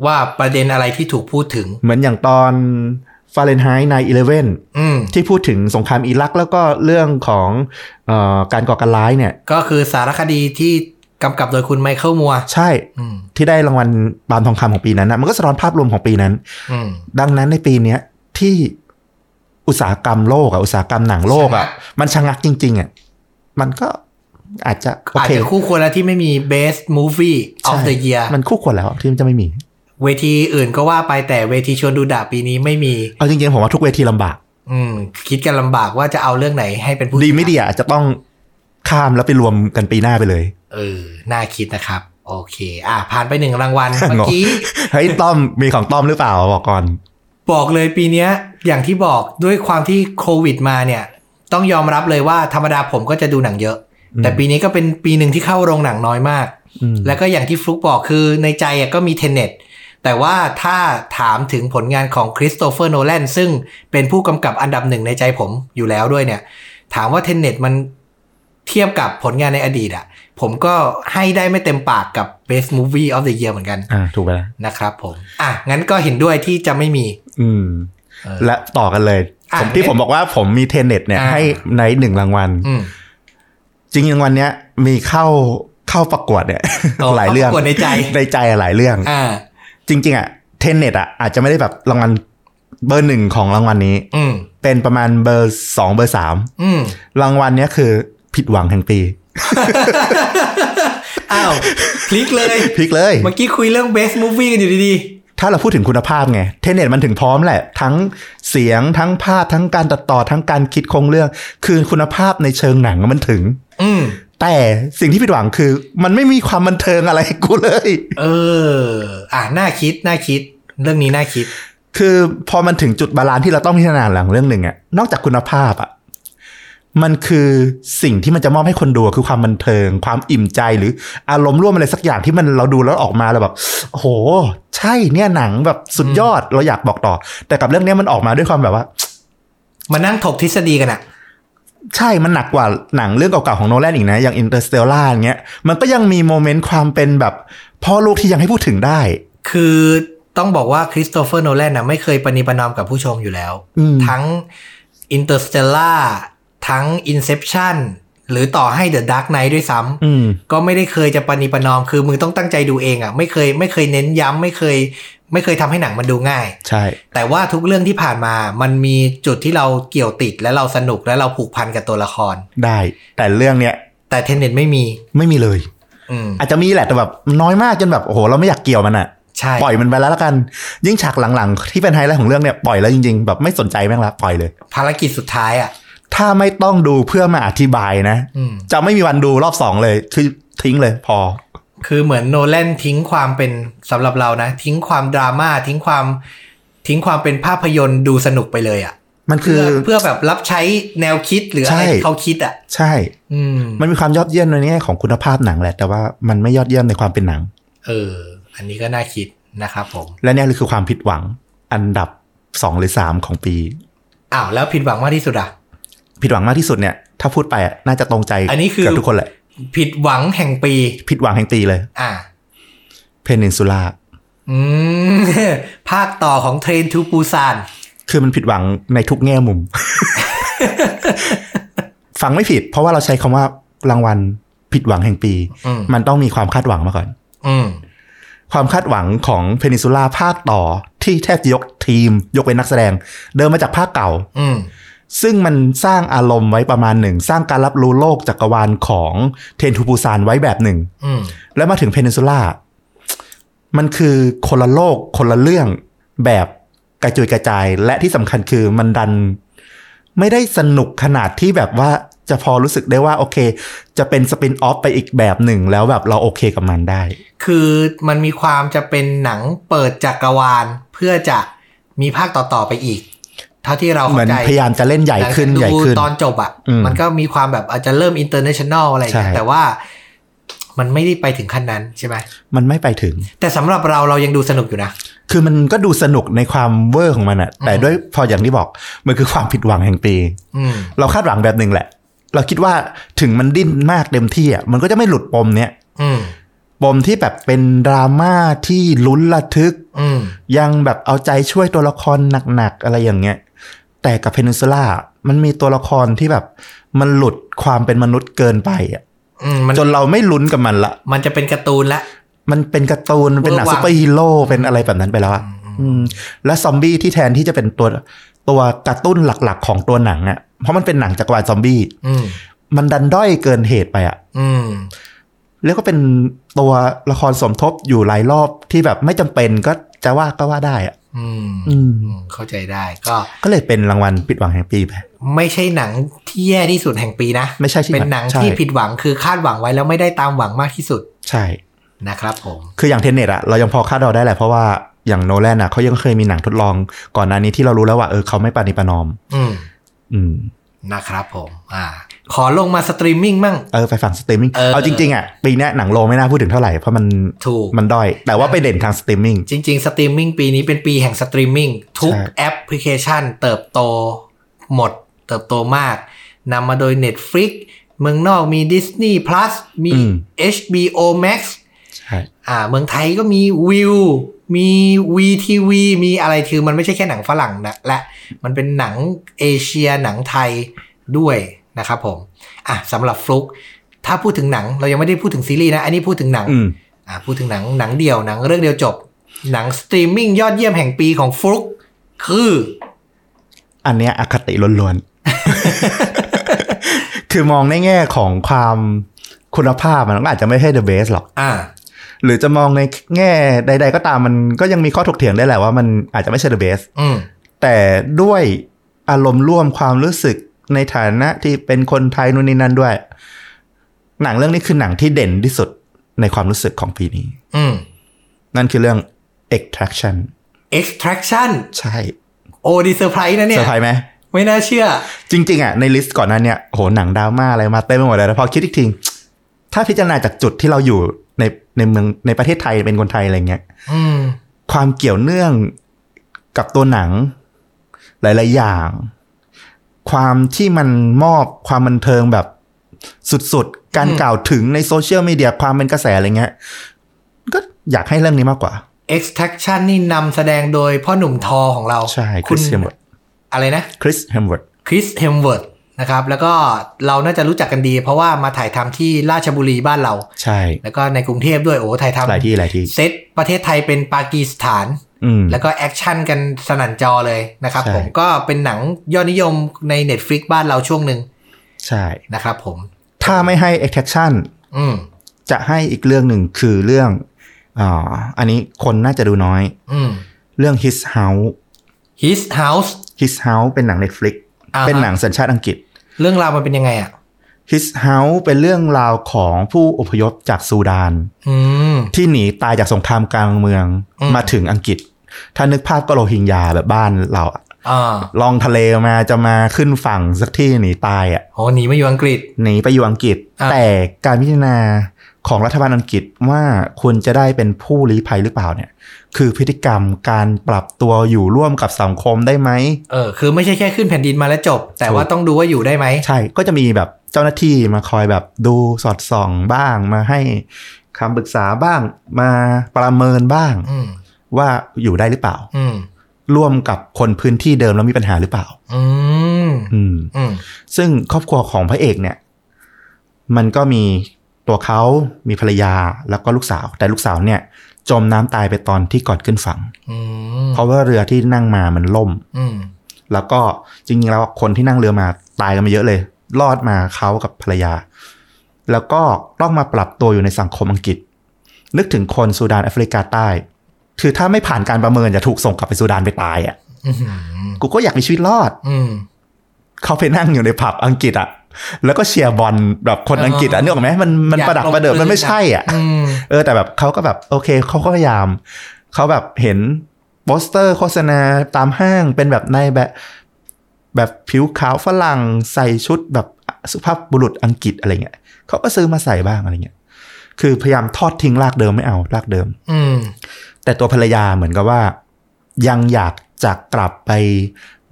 [SPEAKER 1] ว่าประเด็นอะไรที่ถูกพูดถึง
[SPEAKER 2] เหมือนอย่างตอนฟาเรนไฮต์ในอีเลเวน
[SPEAKER 1] อืม
[SPEAKER 2] ที่พูดถึงสงครามอิรักแล้วก็เรื่องของเออการก่อการร้ายเนี่ย
[SPEAKER 1] ก็คือสารคดีที่กำกับโดยคุณไมเคิลมัวร์
[SPEAKER 2] ใช่
[SPEAKER 1] อืม
[SPEAKER 2] ที่ได้รางวัลปาล์มทองคำของปีนั้นนะมันก็สะท้อนภาพรวมของปีนั้น
[SPEAKER 1] อืม
[SPEAKER 2] ดังนั้นในปีเนี้ยที่อุตสาหกรรมโลกอะอุตสาหกรรมหนังโลกอะ
[SPEAKER 1] ชะงัก
[SPEAKER 2] มันชะงักจริงๆอะมันก็อาจจะโอ
[SPEAKER 1] อาจ
[SPEAKER 2] เค
[SPEAKER 1] จะคู่ควรแล้วที่ไม่มี best movie of
[SPEAKER 2] ใช่
[SPEAKER 1] the year
[SPEAKER 2] มันคู่ควรแล้วที่มันจะไม่มี
[SPEAKER 1] เวทีอื่นก็ว่าไปแต่เวทีชวนดูดาปีนี้ไม่มี
[SPEAKER 2] เอาจริงๆ ผมว่าทุกเวทีลำบาก
[SPEAKER 1] อืม คิดกันลำบากว่าจะเอาเรื่องไหนให้เป็นผู้
[SPEAKER 2] ดีไม่ดีอะอาจจะต้องข้ามแล้วไปรวมกันปีหน้าไปเลย
[SPEAKER 1] เออ น่าคิดนะครับ โอเค อ่ะ ผ่านไปหนึ่งราง วัล เมื่อกี้
[SPEAKER 2] เฮ้ยต้อมมีของต้อมหรือเปล่าบอกก่อน
[SPEAKER 1] บอกเลยปีเนี้ย อย่างที่บอกด้วยความที่โควิดมาเนี่ย ต้องยอมรับเลยว่าธรรมดาผมก็จะดูหนังเยอะ
[SPEAKER 2] อืม
[SPEAKER 1] แต่ปีนี้ก็เป็นปีหนึ่งที่เข้าโรงหนังน้อยมาก
[SPEAKER 2] อืม
[SPEAKER 1] แล้วก็อย่างที่ฟลุกบอกคือในใจอะก็มีเทเน็ตแต่ว่าถ้าถามถึงผลงานของคริสโตเฟอร์โนแลนซึ่งเป็นผู้กำกับอันดับหนึ่งในใจผมอยู่แล้วด้วยเนี่ย ถามว่าเทเน็ตมันเทียบกับผลงานในอดีตอะผมก็ให้ได้ไม่เต็มปากกับ Best Movie of the Year เหมือนกัน
[SPEAKER 2] อ่าถูกไปแล้ว
[SPEAKER 1] นะครับผมอ่ะงั้นก็เห็นด้วยที่จะไม่มี
[SPEAKER 2] อืม
[SPEAKER 1] เออ
[SPEAKER 2] และต่อกันเลย
[SPEAKER 1] อ่ะ
[SPEAKER 2] ผมที่ผมบอกว่าผมมีเทเน็ตเนี่ย
[SPEAKER 1] อ่า
[SPEAKER 2] ให้ในหนึ่งรางวัล
[SPEAKER 1] อืม
[SPEAKER 2] จริงๆรางวัลเนี้ยมีเข้าเข้าประกวดเนี่ย หลายเรื่อง
[SPEAKER 1] ปกวดในใจ
[SPEAKER 2] ในใจอะหลายเรื่อง
[SPEAKER 1] อ่า
[SPEAKER 2] จริง ๆอะเทเน็ตอะอาจจะไม่ได้แบบรางวัลเบอร์หนึ่งของรางวัลนี้
[SPEAKER 1] อืม
[SPEAKER 2] เป็นประมาณเบอร์สองเบอร์สาม
[SPEAKER 1] อืม
[SPEAKER 2] รางวัลเนี้ยคือผิดหวังแห่งปี
[SPEAKER 1] อ้าวพลิกเลย
[SPEAKER 2] พลิกเลย
[SPEAKER 1] เมื่อกี้คุยเรื่อง Best Movie กันอยู่ดี
[SPEAKER 2] ถ้าเราพูดถึงคุณภาพไงเทเน็ตมันถึงพร้อมแหละ ทั้งเสียงทั้งภาพทั้งการตัดต่อทั้งการคิดโครงเรื่อง คือคุณภาพในเชิงหนังมันถึง
[SPEAKER 1] ๆอืม
[SPEAKER 2] แต่สิ่งที่ผิดหวังคือ มันไม่มีความบันเทิงอะไรให้กูเลย
[SPEAKER 1] เออ อ่าน่าคิด น่าคิด เรื่องนี้น่าคิด
[SPEAKER 2] คือพอมันถึงจุดบาลานซ์ที่เราต้องพิจารณาหลังเรื่องหนึ่งอะนอกจากคุณภาพอะมันคือสิ่งที่มันจะมอบให้คนดูคือความบันเทิง ความอิ่มใจหรืออารมณ์ร่วมอะไรสักอย่างที่มันเราดูแล้วออกมาเราแบบโอ้โห ใช่เนี่ยหนังแบบสุดยอดเราอยากบอกต่อ แต่กับเรื่องเนี้ยมันออกมาด้วยความแบบว่า
[SPEAKER 1] มานั่งถกทฤษฎีกันอะ
[SPEAKER 2] ใช่ มันหนักกว่าหนังเรื่องเก่าๆของโนแลนอีกนะ อย่างอินเตอร์สเตลล่าอย่างเงี้ย มันก็ยังมีโมเมนต์ความเป็นแบบพ่อลูกที่ยังให้พูดถึงได้
[SPEAKER 1] คือต้องบอกว่าคริสโตเฟอร์โนแลนน่ะไม่เคยปณิประนอมกับผู้ชมอยู่แล้ว
[SPEAKER 2] อืม
[SPEAKER 1] ทั้ง Interstellar ทั้ง Inception หรือต่อให้ The Dark Knight ด้วยซ้ำ
[SPEAKER 2] อืม
[SPEAKER 1] ก็ไม่ได้เคยจะปณีประนอมคือมึงต้องตั้งใจดูเองอะ่ะไม่เคยไม่เคยเน้นย้ำไม่เคย ไม่เคยทำให้หนังมันดูง่าย
[SPEAKER 2] ใช่
[SPEAKER 1] แต่ว่าทุกเรื่องที่ผ่านมามันมีจุดที่เราเกี่ยวติดและเราสนุกและเราผูกพันกับตัวละคร
[SPEAKER 2] ได้ แต่เรื่องเนี้ย
[SPEAKER 1] แต่เทนเน็ตไม่มี
[SPEAKER 2] ไม่มีเลย
[SPEAKER 1] อืม
[SPEAKER 2] อาจจะมีแหละแต่แบบน้อยมากจนแบบโอ้โหเราไม่อยากเกี่ยวมันอะ
[SPEAKER 1] ใช่
[SPEAKER 2] ปล่อยมันไปแล้วละกัน ยิ่งฉากหลังๆ ที่เป็นไฮไลท์ของเรื่องเนี้ยปล่อยแล้วจริงๆแบบไม่สนใจแม่งละปล่อยเลย
[SPEAKER 1] ภารกิจสุดท้ายอะ่ะ
[SPEAKER 2] ถ้าไม่ต้องดูเพื่อมาอธิบายนะ
[SPEAKER 1] อืม
[SPEAKER 2] จะไม่มีวันดูรอบสองเลย คือทิ้งเลย พอ
[SPEAKER 1] คือเหมือนโนแลนทิ้งความเป็นสำหรับเรานะ ทิ้งความดราม่าทิ้งความทิ้งความเป็นภาพยนตร์ดูสนุกไปเลยอะ่ะ
[SPEAKER 2] มันคื
[SPEAKER 1] เพื่
[SPEAKER 2] อ
[SPEAKER 1] อเพื่อแบบรับใช้แนวคิดหรืออะไร
[SPEAKER 2] ใช่
[SPEAKER 1] ที่เขาคิดอะ่ะ
[SPEAKER 2] ใช่
[SPEAKER 1] อืม
[SPEAKER 2] มันมีความยอดเยี่ยมในแง่ของคุณภาพหนังแหละ แต่ว่ามันไม่ยอดเยี่ยมในความเป็นหนัง
[SPEAKER 1] เออ อันนี้ก็น่าคิดนะครับผม
[SPEAKER 2] และเนี่ยคือความผิดหวังอันดับ 2 หรือ 3 ของปี
[SPEAKER 1] อ้าวแล้วผิดหวังมากที่สุดอ่ะ
[SPEAKER 2] ผิดหวังมากที่สุดเนี่ย ถ้าพูดไปอะน่าจะตรงใจ
[SPEAKER 1] อันนี้คือ
[SPEAKER 2] เกืบทุกคนแหละ
[SPEAKER 1] ผิดหวังแห่งปี
[SPEAKER 2] ผิดหวังแห่งปีเลย
[SPEAKER 1] อ่า
[SPEAKER 2] เพนินซูล่า
[SPEAKER 1] อืม ภาคต่อของเทรนทูปูซาน
[SPEAKER 2] คือมันผิดหวังในทุกแง่มุม ฟังไม่ผิด เพราะว่าเราใช้คำว่ารางวัลผิดหวังแห่งปี
[SPEAKER 1] อืม
[SPEAKER 2] มันต้องมีความคาดหวังมาก่อน
[SPEAKER 1] อืม
[SPEAKER 2] ความคาดหวังของเพนินซูล่าภาคต่อที่แทบจะยกทีม ยกเว้นนักแสดง เดิมมาจากภาคเก่า
[SPEAKER 1] อืม
[SPEAKER 2] ซึ่งมันสร้างอารมณ์ไว้ประมาณหนึ่ง สร้างการรับรู้โลกจักรวาลของเทนทูปูซานไว้แบบหนึ่ง
[SPEAKER 1] อืม
[SPEAKER 2] แล้วมาถึงเพนินซูล่า มันคือคนละโลกคนละเรื่องแบบกระจุยกระจาย และที่สำคัญคือมันดัน ไม่ได้สนุกขนาดที่แบบว่าจะพอรู้สึกได้ว่าโอเค จะเป็นสปินออฟไปอีกแบบหนึ่งแล้วแบบเราโอเคกับมันได้
[SPEAKER 1] คือมันมีความจะเป็นหนังเปิดจักรวาลเพื่อจะมีภาคต่อๆไปอีก เท่าที่เรา
[SPEAKER 2] เหมื
[SPEAKER 1] เข้า
[SPEAKER 2] อน
[SPEAKER 1] ใจ
[SPEAKER 2] พยายามจะเล่นใหญ่ขึ้น
[SPEAKER 1] ห
[SPEAKER 2] ให
[SPEAKER 1] ลั
[SPEAKER 2] ญ่
[SPEAKER 1] งจากดู
[SPEAKER 2] ขึ้น
[SPEAKER 1] ตอนจบอ่ะ
[SPEAKER 2] อืม
[SPEAKER 1] มันก็มีความแบบอาจจะเริ่มอินเตอร์เนชั่นแนลอะไรอย่างเงี้ย
[SPEAKER 2] ใช่
[SPEAKER 1] แต่ว่ามันไม่ได้ไปถึงขั้นนั้นใช่ไหม
[SPEAKER 2] มันไม่ไปถึง
[SPEAKER 1] แต่สำหรับเราเรายังดูสนุกอยู่นะ
[SPEAKER 2] คือมันก็ดูสนุกในความเวอร์ของมันอะแต่
[SPEAKER 1] อืม
[SPEAKER 2] ด้วยพออย่างที่บอก มันคือความผิดหวังแห่งปี
[SPEAKER 1] อืม
[SPEAKER 2] เราคาดหวังแบบหนึ่งแหละ เราคิดว่าถึงมันดิ้นมากเต็มที่อะมันก็จะไม่หลุดปมเนี้ย
[SPEAKER 1] อืม
[SPEAKER 2] ปมที่แบบเป็นดราม่าที่ลุ้นระทึก
[SPEAKER 1] อืม
[SPEAKER 2] ยังแบบเอาใจช่วยตัวละครหนักๆ อะไรอย่างเงี้ย แต่กับเพนินซูล่ามันมีตัวละครที่แบบ มันหลุดความเป็นมนุษย์เกินไปอะ
[SPEAKER 1] อืมมัน
[SPEAKER 2] จนเราไม่ลุ้นกับมันละ
[SPEAKER 1] มันจะเป็นการ์ตูนละ
[SPEAKER 2] มันเป็นการ์ตูน เป็นหนัง
[SPEAKER 1] เวอร์วัง
[SPEAKER 2] ซูเปอร์ฮีโร่เป็นอะไรแบบนั้นไปแล้วอะอืมและซอมบี้ที่แทนที่จะเป็นตัวตัวกระตุ้นหลักๆ ของตัวหนังอะเพราะมันเป็นหนังจักรวาลซอมบี้
[SPEAKER 1] อืม
[SPEAKER 2] มันดันด้อยเกินเหตุไปอะ
[SPEAKER 1] อืม
[SPEAKER 2] เรียกว่าเป็นตัวละครสมทบอยู่หลายรอบที่แบบไม่จำเป็นก็จะว่าก็ว่าได้อะ
[SPEAKER 1] อืม
[SPEAKER 2] อืม
[SPEAKER 1] อืมเข้าใจได้ก็
[SPEAKER 2] ก็เลยเป็นรางวัลผิดหวังแห่งปีไป
[SPEAKER 1] ไม่ใช่หนังที่แย่ที่สุดแห่งปีนะ
[SPEAKER 2] ไม่ใช่ที่
[SPEAKER 1] เป็นหนัง
[SPEAKER 2] ใช่
[SPEAKER 1] ที่ผิดหวังคือคาดหวังไว้แล้วไม่ได้ตามหวังมากที่สุด
[SPEAKER 2] ใช่
[SPEAKER 1] นะครับผม
[SPEAKER 2] คืออย่างเทนเน็ตอะเรายังพอคาดเดาได้แหละเพราะว่าอย่างโนแลนอะเขายังเคยมีหนังทดลองก่อนหน้านี้ที่เรารู้แล้วว่าเออเขาไม่ปานิปานอม
[SPEAKER 1] อืม
[SPEAKER 2] อืม
[SPEAKER 1] นะครับผม อ่า ขอลงมาสตรีมมิ่งมั่ง
[SPEAKER 2] เออไปฝั่งสตรีมมิ่ง
[SPEAKER 1] เออ
[SPEAKER 2] เอาจริงๆอะปีเนี้ยหนังโลไม่น่าพูดถึงเท่าไหร่เพราะมัน
[SPEAKER 1] ถูก
[SPEAKER 2] มันด้อย แต่ว่าไปเด่นทางสตรีมมิ่ง
[SPEAKER 1] จริง ๆ สตรีมมิ่งปีนี้เป็นปีแห่งสตรีมมิ่งทุก
[SPEAKER 2] ใช่
[SPEAKER 1] แอปพลิเคชันเติบโตหมด เติบโตมากนำมาโดย Netflix เมืองนอกมี Disney Plus มี
[SPEAKER 2] อืม
[SPEAKER 1] HBO Max
[SPEAKER 2] ใช่
[SPEAKER 1] อ่า เมืองไทยก็มีวิวมี VTV มีอะไรคือมันไม่ใช่แค่หนังฝรั่งนะและมันเป็นหนังเอเชียหนังไทยด้วยนะครับผม อ่ะสำหรับฟลุกถ้าพูดถึงหนังเรายังไม่ได้พูดถึงซีรีส์นะ อันนี้พูดถึงหนัง
[SPEAKER 2] อืม
[SPEAKER 1] อ่ะพูดถึงหนังหนังเดียวหนังเรื่องเดียวจบ หนังสตรีมมิ่งยอดเยี่ยมแห่งปีของฟลุกคือ
[SPEAKER 2] อันเนี้ยอคติล้วนๆ คือมองในแง่ของความคุณภาพมันก็อาจจะไม่ใช่ the best หรอก
[SPEAKER 1] อ่า
[SPEAKER 2] หรือจะมองในแง่ใด ๆ ก็ตามมันก็ยังมีข้อถกเถียงได้แหละว่ามันอาจจะไม่ใช่ the best
[SPEAKER 1] อืม
[SPEAKER 2] แต่ด้วยอารมณ์ร่วมความรู้สึกในฐานะที่เป็นคนไทยนู่นนี่นั่นด้วย หนังเรื่องนี้คือหนังที่เด่นที่สุดในความรู้สึกของปีนี้
[SPEAKER 1] อืม
[SPEAKER 2] นั่นคือเรื่อง extraction
[SPEAKER 1] extraction
[SPEAKER 2] ใช่
[SPEAKER 1] โอดีเซอร์ไพรส์นะเนี่
[SPEAKER 2] เซอย ร์ไพรส์ไหม
[SPEAKER 1] ไม่น่าเชื่อ
[SPEAKER 2] จริง ๆอ่ะในลิสต์ก่อนหน้าเนี่ยโหหนังดราม่าอะไรมาเต็มไปหมดเลยแล้วพอคิดอีกทีถ้าพิจารณาจากจุดที่เราอยู่ในในเมืองในประเทศไทยเป็นคนไทยอะไรเงี้ย
[SPEAKER 1] อืม
[SPEAKER 2] ความเกี่ยวเนื่องกับตัวหนังหลาย ๆ อย่าง ความที่มันมอบความบันเทิงแบบสุด ๆ การกล่าวถึงในโซเชียลมีเดียความเป็นกระแสอะไรเงี้ย ก็อยากให้เรื่องนี้มากกว่า
[SPEAKER 1] extraction นี่นำแสดงโดยพ่อหนุ่มทอของเรา
[SPEAKER 2] ใช่ค
[SPEAKER 1] คุ
[SPEAKER 2] ริ
[SPEAKER 1] ณ
[SPEAKER 2] สเฮมเวิร์ด
[SPEAKER 1] อะไรนะ
[SPEAKER 2] คริสเฮมเวิร์ด
[SPEAKER 1] คริสเฮมเวิร์ดนะครับ แล้วก็เราน่าจะรู้จักกันดี เพราะว่ามาถ่ายทำที่ราชบุรีบ้านเรา
[SPEAKER 2] ใช่
[SPEAKER 1] แล้วก็ในกรุงเทพด้วยโอ้ถ่ายทำ
[SPEAKER 2] หลายที่หลายที่
[SPEAKER 1] เซตประเทศไทยเป็นปากีสถาน
[SPEAKER 2] อืม
[SPEAKER 1] แล้วก็แอคชั่นกันสนั่นจอเลยนะครับ
[SPEAKER 2] ใช่
[SPEAKER 1] ผมก็เป็นหนังยอดนิยมใน Netflix บ้านเราช่วงหนึ่ง
[SPEAKER 2] ใช่
[SPEAKER 1] นะครับผม
[SPEAKER 2] ถ้าไม่ให้ attraction
[SPEAKER 1] อืม
[SPEAKER 2] จะให้อีกเรื่องหนึ่งคือเรื่องอ่าอันนี้คนน่าจะดูน้อย
[SPEAKER 1] อืม
[SPEAKER 2] เรื่อง his house
[SPEAKER 1] His House
[SPEAKER 2] his house เป็นหนัง Netflix
[SPEAKER 1] อ่าฮะ
[SPEAKER 2] เป็นหนังสัญชาติอังกฤษ
[SPEAKER 1] เรื่องราวมันเป็นยังไงอ่ะ
[SPEAKER 2] His House เป็นเรื่องราวของผู้อพยพจากซูดาน
[SPEAKER 1] อืม
[SPEAKER 2] ที่หนีตายจากสงครามกลางเมือง
[SPEAKER 1] อืม
[SPEAKER 2] มาถึงอังกฤษ ถ้านึกภาพก็โรฮิงญาแบบบ้านเราอะ
[SPEAKER 1] อ่า
[SPEAKER 2] ลองทะเลมาจะมาขึ้นฝั่งสักที่หนีตายอ่ะ
[SPEAKER 1] โหหนีมาอยู่อังกฤษ
[SPEAKER 2] หนีไปอยู่อังกฤษ
[SPEAKER 1] อ่ะ
[SPEAKER 2] แต่การพิจารณาของรัฐบาลอังกฤษว่าควรจะได้เป็นผู้ลี้ภัยหรือเปล่าเนี่ย คือพฤติกรรมการปรับตัวอยู่ร่วมกับสังคมได้ไหม
[SPEAKER 1] เออ คือไม่ใช่แค่ขึ้นแผ่นดินมาแล้วจบ แต่
[SPEAKER 2] ถูก
[SPEAKER 1] ว่าต้องดูว่าอยู่ได้ไหม
[SPEAKER 2] ใช่ก็จะมีแบบเจ้าหน้าที่มาคอยแบบดูสอดส่องบ้างมาให้คำปรึกษาบ้างมาประเมินบ้าง
[SPEAKER 1] อืม
[SPEAKER 2] ว่าอยู่ได้หรือเปล่า
[SPEAKER 1] อืม
[SPEAKER 2] ร่วมกับคนพื้นที่เดิมแล้วมีปัญหาหรือเปล่า
[SPEAKER 1] อืม
[SPEAKER 2] อืม
[SPEAKER 1] อืม
[SPEAKER 2] ซึ่งครอบครัวของพระเอกเนี่ย มันก็มีตัวเขามีภรรยาแล้วก็ลูกสาว แต่ลูกสาวเนี่ย จมน้ำตายไปตอนที่ก่อนขึ้นฝั่ง
[SPEAKER 1] อืม
[SPEAKER 2] เพราะว่าเรือที่นั่งมามันล่ม
[SPEAKER 1] อืม
[SPEAKER 2] แล้วก็จริงๆแล้วคนที่นั่งเรือมาตายกันมาเยอะเลย รอดมาเขากับภรรยา แล้วก็ต้องมาปรับตัวอยู่ในสังคมอังกฤษ นึกถึงคนซูดานแอฟริกาใต้ คือถ้าไม่ผ่านการประเมินจะถูกส่งกลับไปซูดานไปตายอะ่ะ
[SPEAKER 1] อืม
[SPEAKER 2] กูก็อยากมีชีวิตรอด
[SPEAKER 1] อืม
[SPEAKER 2] เขาไปนั่งอยู่ในผับอังกฤษอะแล้วก็เชียร์บอลแบบคนอังกฤษอะนึกออกไหมมันมัน
[SPEAKER 1] อยาก
[SPEAKER 2] ประดับ
[SPEAKER 1] ลง
[SPEAKER 2] ประเดิม
[SPEAKER 1] พื้น
[SPEAKER 2] มันไม่ใช่อ่ะ
[SPEAKER 1] อืม
[SPEAKER 2] เออแต่แบบเขาก็แบบโอเคเขาก็พยายามเขาแบบเห็นโปสเตอร์โฆษณาตามห้างเป็นแบบในายแบบ แบบผิวขาวฝรั่งใส่ชุดแบบสุภาพบุรุษอังกฤษอะไรเงี้ยเขาก็ซื้อมาใส่บ้างอะไรเงี้ยคือพยายามทอดทิ้งรากเดิมไม่เอารากเดิม
[SPEAKER 1] อืม
[SPEAKER 2] แต่ตัวภรรยาเหมือนกับว่า ยังอยากจะกลับไป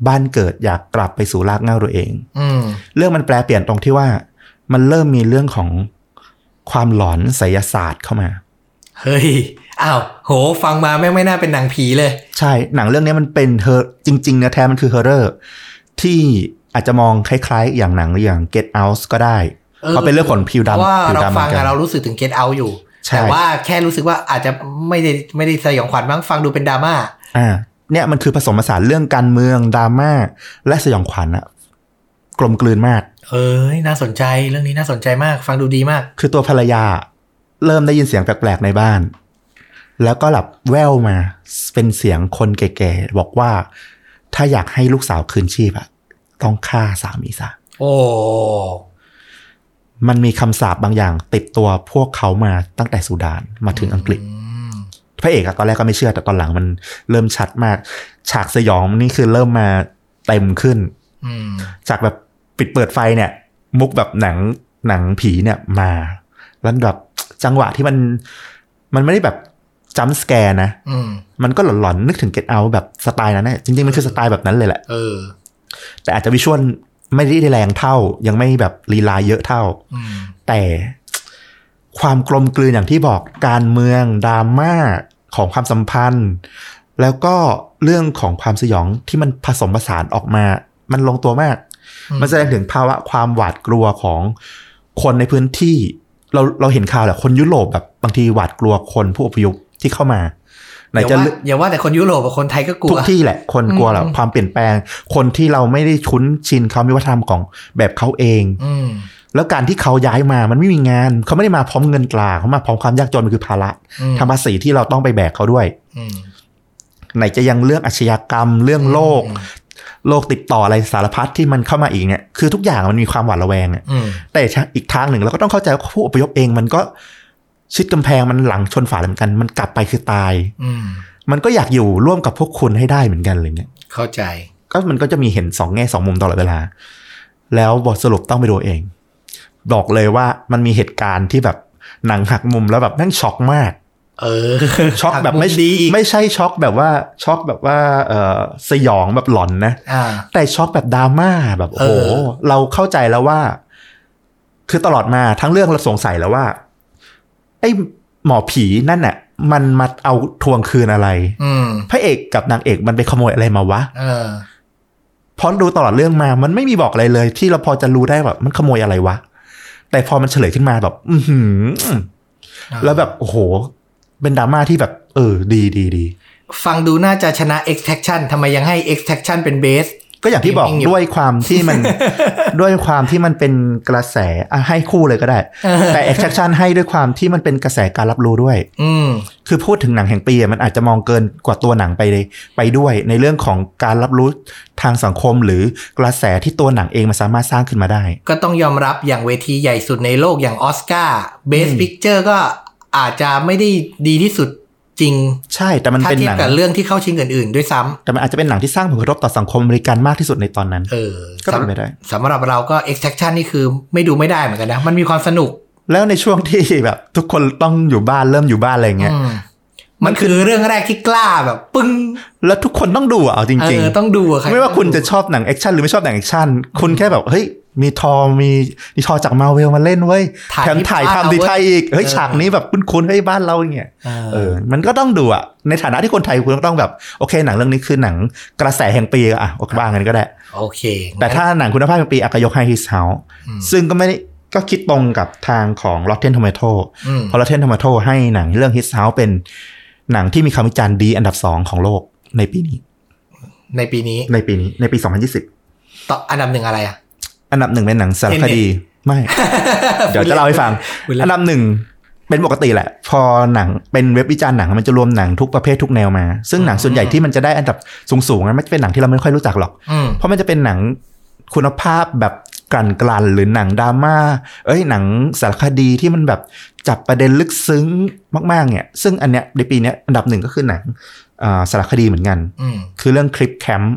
[SPEAKER 2] บ้านเกิดอยากกลับไปสู่รากเหง้าตัวเอง
[SPEAKER 1] อืม
[SPEAKER 2] เรื่องมันแปลเปลี่ยนตรงที่ว่า มันเริ่มมีเรื่องของความหลอนไสยศาสตร์เข้ามา
[SPEAKER 1] เฮ้ย อ้าว โห ฟังมาแม่งไม่น่าเป็นหนังผีเลย
[SPEAKER 2] ใช่ หนังเรื่องนี้มันเป็นเธอจริงๆเนื้อแท้มันคือเฮอร์เรอร์ที่อาจจะมองคล้ายๆ อย่างหนังอย่าง Get Out ก็ได้
[SPEAKER 1] เออ
[SPEAKER 2] เพราะเป็นเรื่องของผิว
[SPEAKER 1] เพราะว่า
[SPEAKER 2] ดำผิว
[SPEAKER 1] เรา
[SPEAKER 2] ดำเหมื
[SPEAKER 1] ฟั
[SPEAKER 2] อง นกั
[SPEAKER 1] อะ
[SPEAKER 2] น
[SPEAKER 1] เรารู้สึกถึง Get Out อยู่
[SPEAKER 2] ใช่
[SPEAKER 1] แต่ว่าแค่รู้สึกว่าอาจจะไม่ได้ไม่ได้สยองขวัญบ้างฟังดูเป็นดราม่า
[SPEAKER 2] อ่าเนี่ยมันคือผสมผสานเรื่องการเมืองดราม่าและสยองขวัญอะกลมกลืนมาก
[SPEAKER 1] เอ้ย น่าสนใจ เรื่องนี้น่าสนใจมาก ฟังดูดีมาก
[SPEAKER 2] คือตัวภรรยาเริ่มได้ยินเสียงแปลกๆในบ้าน แล้วก็หลับแว่วมาเป็นเสียงคนแก่ๆบอกว่า ถ้าอยากให้ลูกสาวคืนชีพอะต้องฆ่าสามีซะ
[SPEAKER 1] โอ้
[SPEAKER 2] มันมีคำสาปบางอย่างติดตัวพวกเขามาตั้งแต่สุดานมาถึงอังกฤษ
[SPEAKER 1] อืม
[SPEAKER 2] พระเอกอะตอนแรกก็ไม่เชื่อแต่ตอนหลังมันเริ่มชัดมาก ฉากสยองนี่คือเริ่มมาเต็มขึ้น
[SPEAKER 1] อืม
[SPEAKER 2] จากแบบปิดเปิดไฟเนี่ย มุกแบบหนังหนังผีเนี่ยมาแล้วแบบจังหวะที่มันมันไม่ได้แบบจัมป์สแกร์นะ
[SPEAKER 1] อืม
[SPEAKER 2] มันก็หลอนๆนึกถึงเก็ตเอาแบบสไตล์นั้นแหละจริงๆ มันคือสไตล์แบบนั้นเลยแหละ
[SPEAKER 1] เออ
[SPEAKER 2] แต่อาจจะวิชวลไม่ได้แรงเท่า ยังไม่แบบลีลาเยอะเท่า
[SPEAKER 1] อืม
[SPEAKER 2] แต่ความกลมกลืนอย่างที่บอกการเมืองดราม่าของความสัมพันธ์ แล้วก็เรื่องของความสยองที่มันผสมผสานออกมา มันลงตัวมาก
[SPEAKER 1] อืม
[SPEAKER 2] มันแสดงถึงภาวะความหวาดกลัวของคนในพื้นที่ เราเราเห็นข่าวแหละคนยุโรปแบบบางทีหวาดกลัวคนผู้อพยพที่เข้ามาไหน
[SPEAKER 1] อย่า
[SPEAKER 2] จะ
[SPEAKER 1] ว่า
[SPEAKER 2] เรื่อง
[SPEAKER 1] อย่าว่าแต่คนยุโรปกับคนไทยก็กลัว
[SPEAKER 2] ทุกที่แหละคนกลัวแหละ
[SPEAKER 1] อืม
[SPEAKER 2] ความเปลี่ยนแปลง คนที่เราไม่ได้คุ้นชินเขามีวัฒนธรรมของแบบเขาเอง
[SPEAKER 1] อืม
[SPEAKER 2] แล้วการที่เขาย้ายมามันไม่มีงาน เขาไม่ได้มาพร้อมเงินตราเขามาพร้อมความยากจนมันคือภาระ
[SPEAKER 1] อืม
[SPEAKER 2] ทำภาษีที่เราต้องไปแบกเขาด้วย
[SPEAKER 1] อืม
[SPEAKER 2] ไหนจะยังเรื่องอาชญากรรม เรื่องโรค
[SPEAKER 1] อืม
[SPEAKER 2] โรคติดต่ออะไรสารพัดที่มันเข้ามาอีกเนี่ยคือทุกอย่างมันมีความหวาดระแวงอะ
[SPEAKER 1] อืม
[SPEAKER 2] แต่อีกทางหนึ่งเราก็ต้องเข้าใจว่าผู้อพยพเองมันก็ชิดกำแพงมันหลังชนฝาเหมือนกัน มันกลับไปคือตาย
[SPEAKER 1] อืม
[SPEAKER 2] มันก็อยากอยู่ร่วมกับพวกคุณให้ได้เหมือนกันเลยเนี่ย
[SPEAKER 1] เข้าใจ
[SPEAKER 2] ก็มันก็จะมีเห็นสองแง่สองมุมตลอดเวลา แล้วบทสรุปต้องไปดูเอง บอกเลยว่ามันมีเหตุการณ์ที่แบบหนังหักมุมแล้วแบบแม่งช็อกมาก
[SPEAKER 1] เออ
[SPEAKER 2] ช็อกแบบไม่
[SPEAKER 1] หักมุมดีอีก
[SPEAKER 2] ไม่ใช่ช็อกแบบว่าช็อกแบบว่าเออสยองแบบหลอนนะ
[SPEAKER 1] อ่า
[SPEAKER 2] แต่ช็อกแบบดราม่าแบบโอ้โห
[SPEAKER 1] เออ
[SPEAKER 2] เราเข้าใจแล้วว่า คือตลอดมาทั้งเรื่องเราสงสัยแล้วว่าไอ้หมอผีนั่นน่ะ มันมาเอาทวงคืนอะไร
[SPEAKER 1] อืม
[SPEAKER 2] พระเอกกับนางเอกมันไปขโมยอะไรมาวะ
[SPEAKER 1] เออ
[SPEAKER 2] พอดูตลอดเรื่องมา มันไม่มีบอกอะไรเลย ที่เราพอจะรู้ได้แบบมันขโมยอะไรวะ แต่พอมันเฉลยขึ้นมาแบบ อือหือ แล้วแบบ โอ้โห เป็นดราม่าที่แบบ เออ ดีดีดี
[SPEAKER 1] ฟังดูน่าจะชนะ extraction ทำไมยังให้ extraction เป็นเบส
[SPEAKER 2] ก็อย่างที่บอก
[SPEAKER 1] ยังอยู่
[SPEAKER 2] ด้วยความที่ มัน ด้วยความที่มันเป็นกระแสอ่ะให้คู่เลยก็ได้ แต่ a อ t r a c t i o n ให้ด้วยความที่มันเป็นกระแสการรับรู้ด้วย
[SPEAKER 1] อืม
[SPEAKER 2] คือพูดถึงหนังแห่งปีอ่ะมันอาจจะมองเกินกว่าตัวหนังไปเลยไปด้วย ในเรื่องของการรับรู้ทางสังคมหรือกระแสที่ตัวหนังเองมันสามารถสร้างขึ้นมาได้
[SPEAKER 1] ก็ต้องยอมรับอย่างเวทีใหญ่สุดในโลกอย่างออสการ์เบสพิกเจอร์ก็อาจจะไม่ได้ดีที่สุดจริง
[SPEAKER 2] ใช่แต่มัน
[SPEAKER 1] ถ้า
[SPEAKER 2] เป็น
[SPEAKER 1] เทีย
[SPEAKER 2] ห
[SPEAKER 1] บ
[SPEAKER 2] นัง
[SPEAKER 1] กับเรื่องที่เข้าชิงอื่นๆ ด้วยซ้
[SPEAKER 2] แต่มันอาจจะเป็นหนังที่สร้างผลกระทบต่อสังคมอเมริกันมากที่สุดในตอนนั้น
[SPEAKER 1] ำเออ
[SPEAKER 2] ก็เป็นไปได้
[SPEAKER 1] สำหรับเราก็ extraction นี่คือไม่ดูไม่ได้เหมือนกันนะ มันมีความสนุก
[SPEAKER 2] แล้วในช่วงที่แบบ ทุกคนต้องอยู่บ้านเริ่มอยู่บ้านอะไรอย่างเงี้ย
[SPEAKER 1] อืมมันคือเรื่องแรกที่กล้าแบบ ปึ้ง
[SPEAKER 2] แล้วทุกคนต้องดูอะเอาจ
[SPEAKER 1] เอ
[SPEAKER 2] ริง
[SPEAKER 1] อต้องดูอะใร
[SPEAKER 2] ๆ ไม่ว่าคุณจะชอบหนังแอคชั่นหรือไม่ชอบหนังแอคชั่นคุณแค่แบบเฮ้ยมีทอมีมีทอจากมาเวลมาเล่นเว้ยแถมถ่าย
[SPEAKER 1] บ้น
[SPEAKER 2] ทำดี
[SPEAKER 1] เร
[SPEAKER 2] ไทยอีกเฮ้ยฉากนี้แบบคุ้นๆเฮ้ยบ้านเราอย่างเงี้ย
[SPEAKER 1] เออ
[SPEAKER 2] เออมันก็ต้องดูอะในฐานะที่คนไทยคุณก็ต้องแบบโอเค หนังเรื่องนี้คือหนังกระแสแห่งปีอะโอเคบ้างกันก็ได้
[SPEAKER 1] โอเค
[SPEAKER 2] แต่ถ้าหนังคุณภาพแห่งปีอากยกให้ His House
[SPEAKER 1] อืม
[SPEAKER 2] ซึ่งก็ไม่ได้ก็คิดตรงกับทางของ Rotten Tomato
[SPEAKER 1] อืม
[SPEAKER 2] เพราะ Rotten Tomato ให้หนังเรื่อง His House เป็นหนังที่มีคำวิจารณ์ดีอันดับ 2 ของโลกในปีนี้
[SPEAKER 1] ในปีนี้
[SPEAKER 2] ในปีนี้ในปี
[SPEAKER 1] ต่ออันดับหนึ่งอะไรอ่ะ
[SPEAKER 2] 2020 อันดับหนึ่งเป็นหนังสารคดี ไม่ เดี๋ยวจะเล่าให้ฟัง
[SPEAKER 1] พูดเล่น
[SPEAKER 2] อันดับหนึ่งเป็นปกติแหละ พอหนังเป็นเว็บวิจารณ์หนังมันจะรวมหนังทุกประเภททุกแนวมา ซึ่งหนังส่วนใหญ่ที่มันจะได้อันดับสูงๆนั้นมันจะเป็นหนังที่เราไม่ค่อยรู้จักหรอก
[SPEAKER 1] อืม
[SPEAKER 2] เพราะมันจะเป็นหนัง คุณภาพแบบกลั่นกลั่นๆหรือหนังดราม่าเอ้ยหนังสารคดีที่มันแบบจับประเด็นลึกซึ้งมากๆเนี่ยซึ่งอันเนี้ยในปีเนี้ยอันดับหนึ่งก็คือหนังอ่าสารคดีเหมือนกัน
[SPEAKER 1] อืม
[SPEAKER 2] คือเรื่องคลิปแคมป์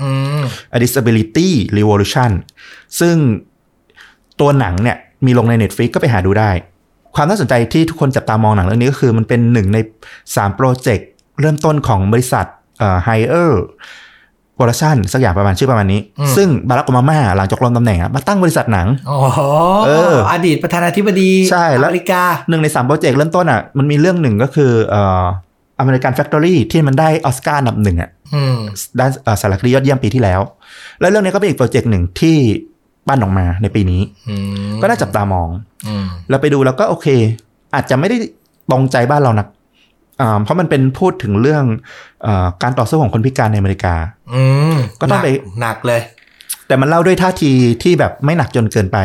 [SPEAKER 1] อืม
[SPEAKER 2] A Disability Revolution ซึ่งตัวหนังเนี่ยมีลงใน Netflix ก็ไปหาดูได้ ความน่าสนใจที่ทุกคนจับตามองหนังเรื่องนี้ก็คือมันเป็นหนึ่งใน 3 โปรเจกต์ เริ่มต้นของบริษัทเอ่อ Higher p r o d u c t i o n สักอย่างประมาณชื่อประมาณนี้
[SPEAKER 1] อืม
[SPEAKER 2] ซึ่งบารักโอบามาหลังจากลงตำแหน่งอะมาตั้งบริษัทหนัง
[SPEAKER 1] อ๋อ
[SPEAKER 2] เออ
[SPEAKER 1] อดีตประธานาธิบดี
[SPEAKER 2] ใช่แล้ว
[SPEAKER 1] อเมริกา
[SPEAKER 2] หนึ่งใน 3 โปรเจกต์เริ่มต้นอ่ะมันมีเรื่องหนึ่งก็คือเอ่อ American Factory ที่มันได้ออสการ์อันดับหนึ่งอ่ะ
[SPEAKER 1] อืม
[SPEAKER 2] ด้านเอ่อสารคดียอดเยี่ยมปีที่แล้ว แล้วเรื่องนี้ก็เป็นอีกโปรเจกต์หนึ่งที่ปั้นออกมาในปีนี้
[SPEAKER 1] อืม
[SPEAKER 2] ก็น่าจับตามอง
[SPEAKER 1] อืม
[SPEAKER 2] เราไปดูแล้วก็โอเค อาจจะไม่ได้ตรงใจบ้านเรานักอ่าเพราะมันเป็นพูดถึงเรื่องเออการต่อสู้ของคนพิการในอเมริกา
[SPEAKER 1] อืม
[SPEAKER 2] ก็ต้องไป
[SPEAKER 1] หนัหนักเลย
[SPEAKER 2] แต่มันเล่าด้วยท่าทีที่แบบไม่หนักจนเกินไป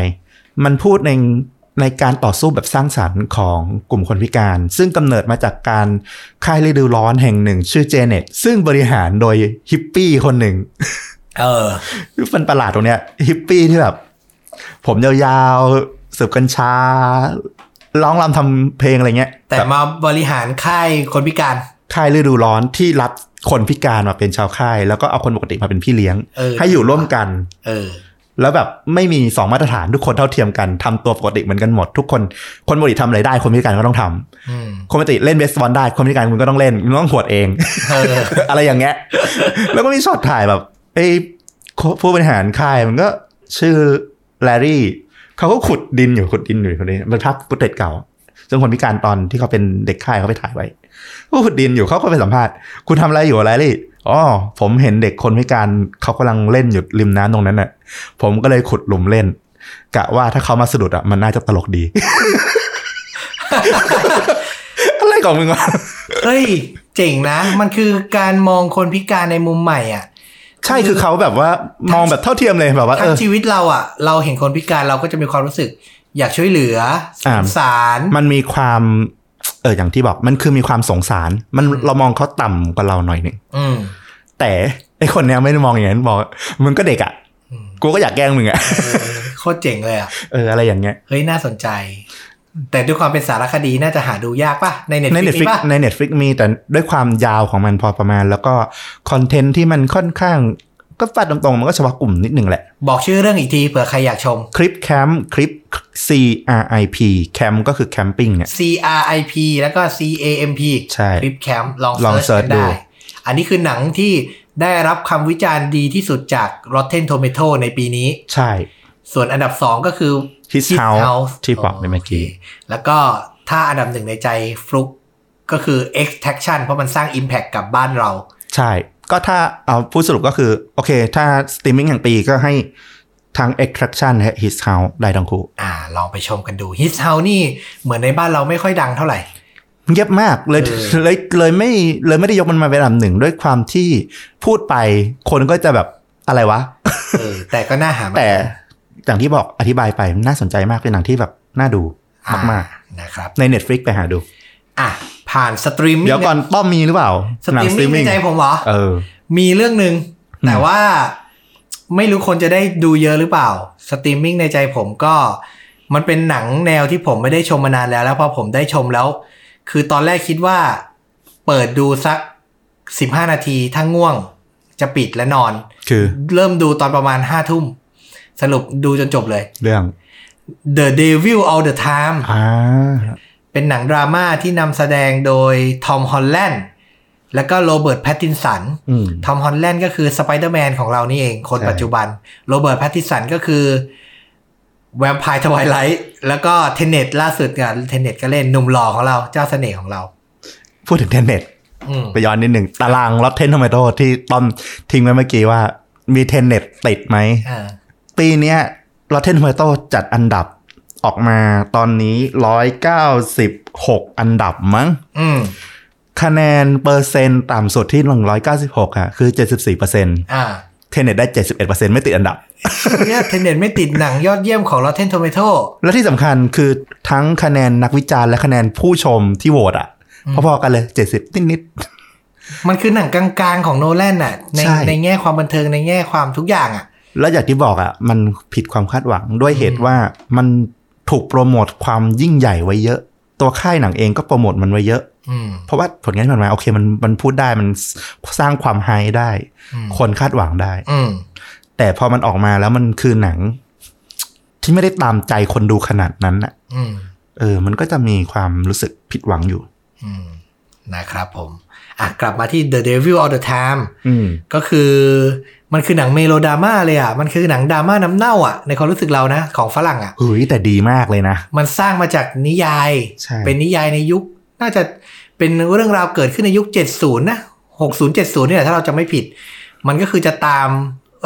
[SPEAKER 2] มันพูดในในการต่อสู้แบบสร้างสรรค์ของกลุ่มคนพิการ ซึ่งกำเนิดมาจากการค่ายฤดูร้อนแห่งหนึ่ง ชื่อเจเน็ตซึ่งบริหารโดยฮิปปี้คนหนึ่ง
[SPEAKER 1] เออ
[SPEAKER 2] มันประหลาดตรงเนี้ยฮิปปี้ที่แบบ ผมยาวๆสูบกัญชา ร้องรำทำเพลงอะไรเงี้ย
[SPEAKER 1] แต่มาบริหารค่ายคนพิการ
[SPEAKER 2] ค่ายฤดูร้อนที่รับคนพิการมาเป็นชาวค่าย แล้วก็เอาคนปกติมาเป็นพี่เลี้ยง
[SPEAKER 1] เออ
[SPEAKER 2] ให้อยู่ร่วมกัน
[SPEAKER 1] เออ
[SPEAKER 2] แล้วแบบไม่มีสองมาตรฐานทุกคนเท่าเทียมกันทำตัวปกติเหมือนกันหมด ทุกคนคนปกติทำอะไรได้ คนพิการก็ต้องทำ
[SPEAKER 1] อืม
[SPEAKER 2] คนปกติเล่นเบสบอลได้คนพิการคุณก็ต้องเล่นคุณต้องหวดเอง
[SPEAKER 1] เออ
[SPEAKER 2] อะไรอย่างเงี้ย แล้วก็มีช็อตถ่ายแบบไอ้ผู้บริหารค่ายมันก็ชื่อแลรี่เขาก็ขุดดินอยู่ขุดดินอยู่คนนี้มันภาพปุตเตจเก่า ซึ่งคนพิการตอนที่เขาเป็นเด็กค่ายเขาไปถ่ายไว้ก็ขุดดินอยู่เขาก็ไปสัมภาษณ์ คุณทำอะไรอยู่แลรี่อ๋อผมเห็นเด็กคนพิการเขากำลังเล่นอยู่ริมน้ำตรงนั้นน่ะ ผมก็เลยขุดหลุมเล่น กะว่าถ้าเขามาสะดุดอ่ะมันน่าจะตลกดี อะไรของมึงวะ
[SPEAKER 1] เฮ้ย เจ๋งนะ มันคือการมองคนพิการในมุมใหม่อ่ะ
[SPEAKER 2] ใช่คือเขาแบบว่ามองแบบเท่าเทียมเลยแบบว่าเอ
[SPEAKER 1] ทั้ง
[SPEAKER 2] อ
[SPEAKER 1] ชีวิตเราอ่ะ เราเห็นคนพิการเราก็จะมีความรู้สึก อยากช่วยเหลือส
[SPEAKER 2] อ่า
[SPEAKER 1] งสาร
[SPEAKER 2] มันมีความเอออย่างที่บอกมันคือมีความสงสาร มันเรามองเขาต่ำกว่าเราหน่อยหนึ่ง
[SPEAKER 1] อืม
[SPEAKER 2] แต่ไอคนเนี้ยไม่ได้มองอย่างนั้นบอกมึงก็เด็กอะ่ะ
[SPEAKER 1] อืม
[SPEAKER 2] กูก็อยากแกล้งมึงอะ่ะ
[SPEAKER 1] เออโคตรเจ๋งเลยอ่ะ
[SPEAKER 2] เอออะไรอย่างเงี้ย
[SPEAKER 1] เฮ้ย น่าสนใจ แต่ด้วยความเป็นสารคดีน่าจะหาดูยากป่ะ ในเน็ต
[SPEAKER 2] ใน
[SPEAKER 1] ฟลิก
[SPEAKER 2] Netflix
[SPEAKER 1] ป่ะ
[SPEAKER 2] ใน Netflix มีแต่ด้วยความยาวของมันพอประมาณ แล้วก็คอนเทนต์ที่มันค่อนข้างก็ฟาดตรงๆ มันก็เฉพาะกลุ่มนิดหนึ่งแหละ
[SPEAKER 1] บอกชื่อเรื่องอีกทีเผื่อใครอยากชม
[SPEAKER 2] คลิปแคมป์คลิป C R I P แคมป์ก็คือแคมปิ้งเนี่ย
[SPEAKER 1] C R I P แล้วก็ C A M P
[SPEAKER 2] ใช่
[SPEAKER 1] คลิปแคมป์ลอง
[SPEAKER 2] ลอง
[SPEAKER 1] เซิร์ชกัน
[SPEAKER 2] search ดู
[SPEAKER 1] ได้ อันนี้คือหนังที่ได้รับคำวิจารณ์ดีที่สุดจาก Rotten Tomato ในปีนี้
[SPEAKER 2] ใช่
[SPEAKER 1] ส่วนอันดับ 2 ก็คือ
[SPEAKER 2] His
[SPEAKER 1] His
[SPEAKER 2] House
[SPEAKER 1] House
[SPEAKER 2] ที่บอกไปเมื่อกี้
[SPEAKER 1] โคแล้วก็ถ้าอันดับหนึ่งในใจฟลุกก็คือ Extraction เพราะมันสร้าง Impact กับบ้านเรา
[SPEAKER 2] ใช่ ก็ถ้าเอาพูดสรุปก็คือ โอเค ถ้าสตรีมมิ่งแห่งปีก็ให้ทั้ง Extraction และ His House ได้ทั้งคู่
[SPEAKER 1] อ่า ลองไปชมกันดู His House นี่เหมือนในบ้านเราไม่ค่อยดังเท่าไหร่
[SPEAKER 2] เงียบมากเลย
[SPEAKER 1] เออ
[SPEAKER 2] เลยเลยไม่เลยไม่ได้ยกมันมาเป็นอันดับหนึ่งด้วยความที่พูดไปคนก็จะแบบอะไรวะ
[SPEAKER 1] เออแต่ก็น่าหามา
[SPEAKER 2] แต่อย่างที่บอกอธิบายไปน่าสนใจมากเป็นหนังที่แบบน่าดู
[SPEAKER 1] อ่
[SPEAKER 2] มาก
[SPEAKER 1] นะครับ
[SPEAKER 2] ๆ ใน Netflix ไปหาดู
[SPEAKER 1] อ่ะ ผ่านสตรีมมิ่ง
[SPEAKER 2] เดี๋ยวก่อนป้อมมีหรือเปล่า
[SPEAKER 1] สตรีม
[SPEAKER 2] ห
[SPEAKER 1] มิ่งในใจผมเหรอ
[SPEAKER 2] เออ
[SPEAKER 1] มีเรื่องหนึ่ง
[SPEAKER 2] อืม
[SPEAKER 1] แต่ว่าไม่รู้คนจะได้ดูเยอะหรือเปล่า สตรีมมิ่งในใจผมก็ มันเป็นหนังแนวที่ผมไม่ได้ชมมานานแล้ว แล้วพอผมได้ชมแล้ว คือตอนแรกคิดว่า เปิดดูสักสิบห้านาทีถ้าง่วงจะปิดและนอน
[SPEAKER 2] คือ
[SPEAKER 1] เริ่มดูตอนประมาณห้าทุ่ม สรุปดูจนจบเลย
[SPEAKER 2] เรื่อง
[SPEAKER 1] The Devil All the Time
[SPEAKER 2] อ่า
[SPEAKER 1] เป็นหนังดราม่าที่นำแสดงโดยทอมฮอลแลนด์แล้วก็โรเบิร์ตแพตตินสัน
[SPEAKER 2] อืม
[SPEAKER 1] ทอมฮอลแลนด์ก็คือสไปเดอร์แมนของเรานี่เอง คน
[SPEAKER 2] ใช่
[SPEAKER 1] ปัจจุบัน โรเบิร์ตแพตติสันก็คือแวมไพร์ทวายไลท์แล้วก็เทเนตล่าสุดกับเทเนตก็เล่นหนุ่มหล่อของเราเจ้าเสน่ห์ของเรา
[SPEAKER 2] พูดถึงเทนเน็ต
[SPEAKER 1] อืม
[SPEAKER 2] ไปย้อนนิดหนึ่งตารางลอตเทนทอมเมโตที่ต้อมทิ้งไว้เมื่อกี้ว่ามีเทนเน็ตติดไหม
[SPEAKER 1] อ่า
[SPEAKER 2] ปีเนี้ยลอตเทนทอมเมโตจัดอันดับออกมาตอนนี้ 196 อันดับมั้ง
[SPEAKER 1] อืม
[SPEAKER 2] คะแนนเปอร์เซ็นต์ต่ำสุดที่ 196อ่ะคือ 74%เ
[SPEAKER 1] อ่า
[SPEAKER 2] ทนเน็ตได้ 71%ไม่ติดอันดับ
[SPEAKER 1] เนี่ยเทเนตไม่ติดหนังยอดเยี่ยมของ Rotten Tomato
[SPEAKER 2] และที่สำคัญคือทั้งคะแนนนักวิจารณ์และคะแนนผู้ชมที่โหวตอ่ะ พอๆกันเลย 70 นิด
[SPEAKER 1] มันคือหนังกลางๆของโนแลนน่ะใน
[SPEAKER 2] ใช่
[SPEAKER 1] ในแง่ความบันเทิงในแง่ความทุกอย่างอ่ะ
[SPEAKER 2] ๆ แล้วอย่างที่บอกอะ่ะ มันผิดความคาดหวังด้วยเหตุว่ามันถูกโปรโมทความยิ่งใหญ่ไว้เยอะ ตัวค่ายหนังเองก็โปรโมทมันไว้เยอะ
[SPEAKER 1] อืม
[SPEAKER 2] เพราะว่าผลงานที่ผ่านมาโอเคมันมันพูดได้มันสร้างความไฮได้
[SPEAKER 1] อืม
[SPEAKER 2] คนคาดหวังได้
[SPEAKER 1] อืม
[SPEAKER 2] แต่พอมันออกมาแล้วมันคือหนัง ที่ไม่ได้ตามใจคนดูขนาดนั้นน่ะ
[SPEAKER 1] อืม
[SPEAKER 2] เออ มันก็จะมีความรู้สึกผิดหวังอยู่
[SPEAKER 1] อืม นะครับผม อ่ะ กลับมาที่ The Devil All the Time
[SPEAKER 2] อืม
[SPEAKER 1] ก็คือมันคือหนังเมโลดราม่าเลยอ่ะ มันคือหนังดราม่าน้ำเน่าอ่ะ ในความรู้สึกเรานะ ของฝรั่งอ่ะ
[SPEAKER 2] เฮ้ยแต่ดีมากเลยนะ
[SPEAKER 1] มันสร้างมาจากนิยาย
[SPEAKER 2] ใช่
[SPEAKER 1] เป็นนิยายในยุค น่าจะเป็นเรื่องราวเกิดขึ้นในยุค 70 นะ 60 70นี่แหละถ้าเราจะไม่ผิด มันก็คือจะตาม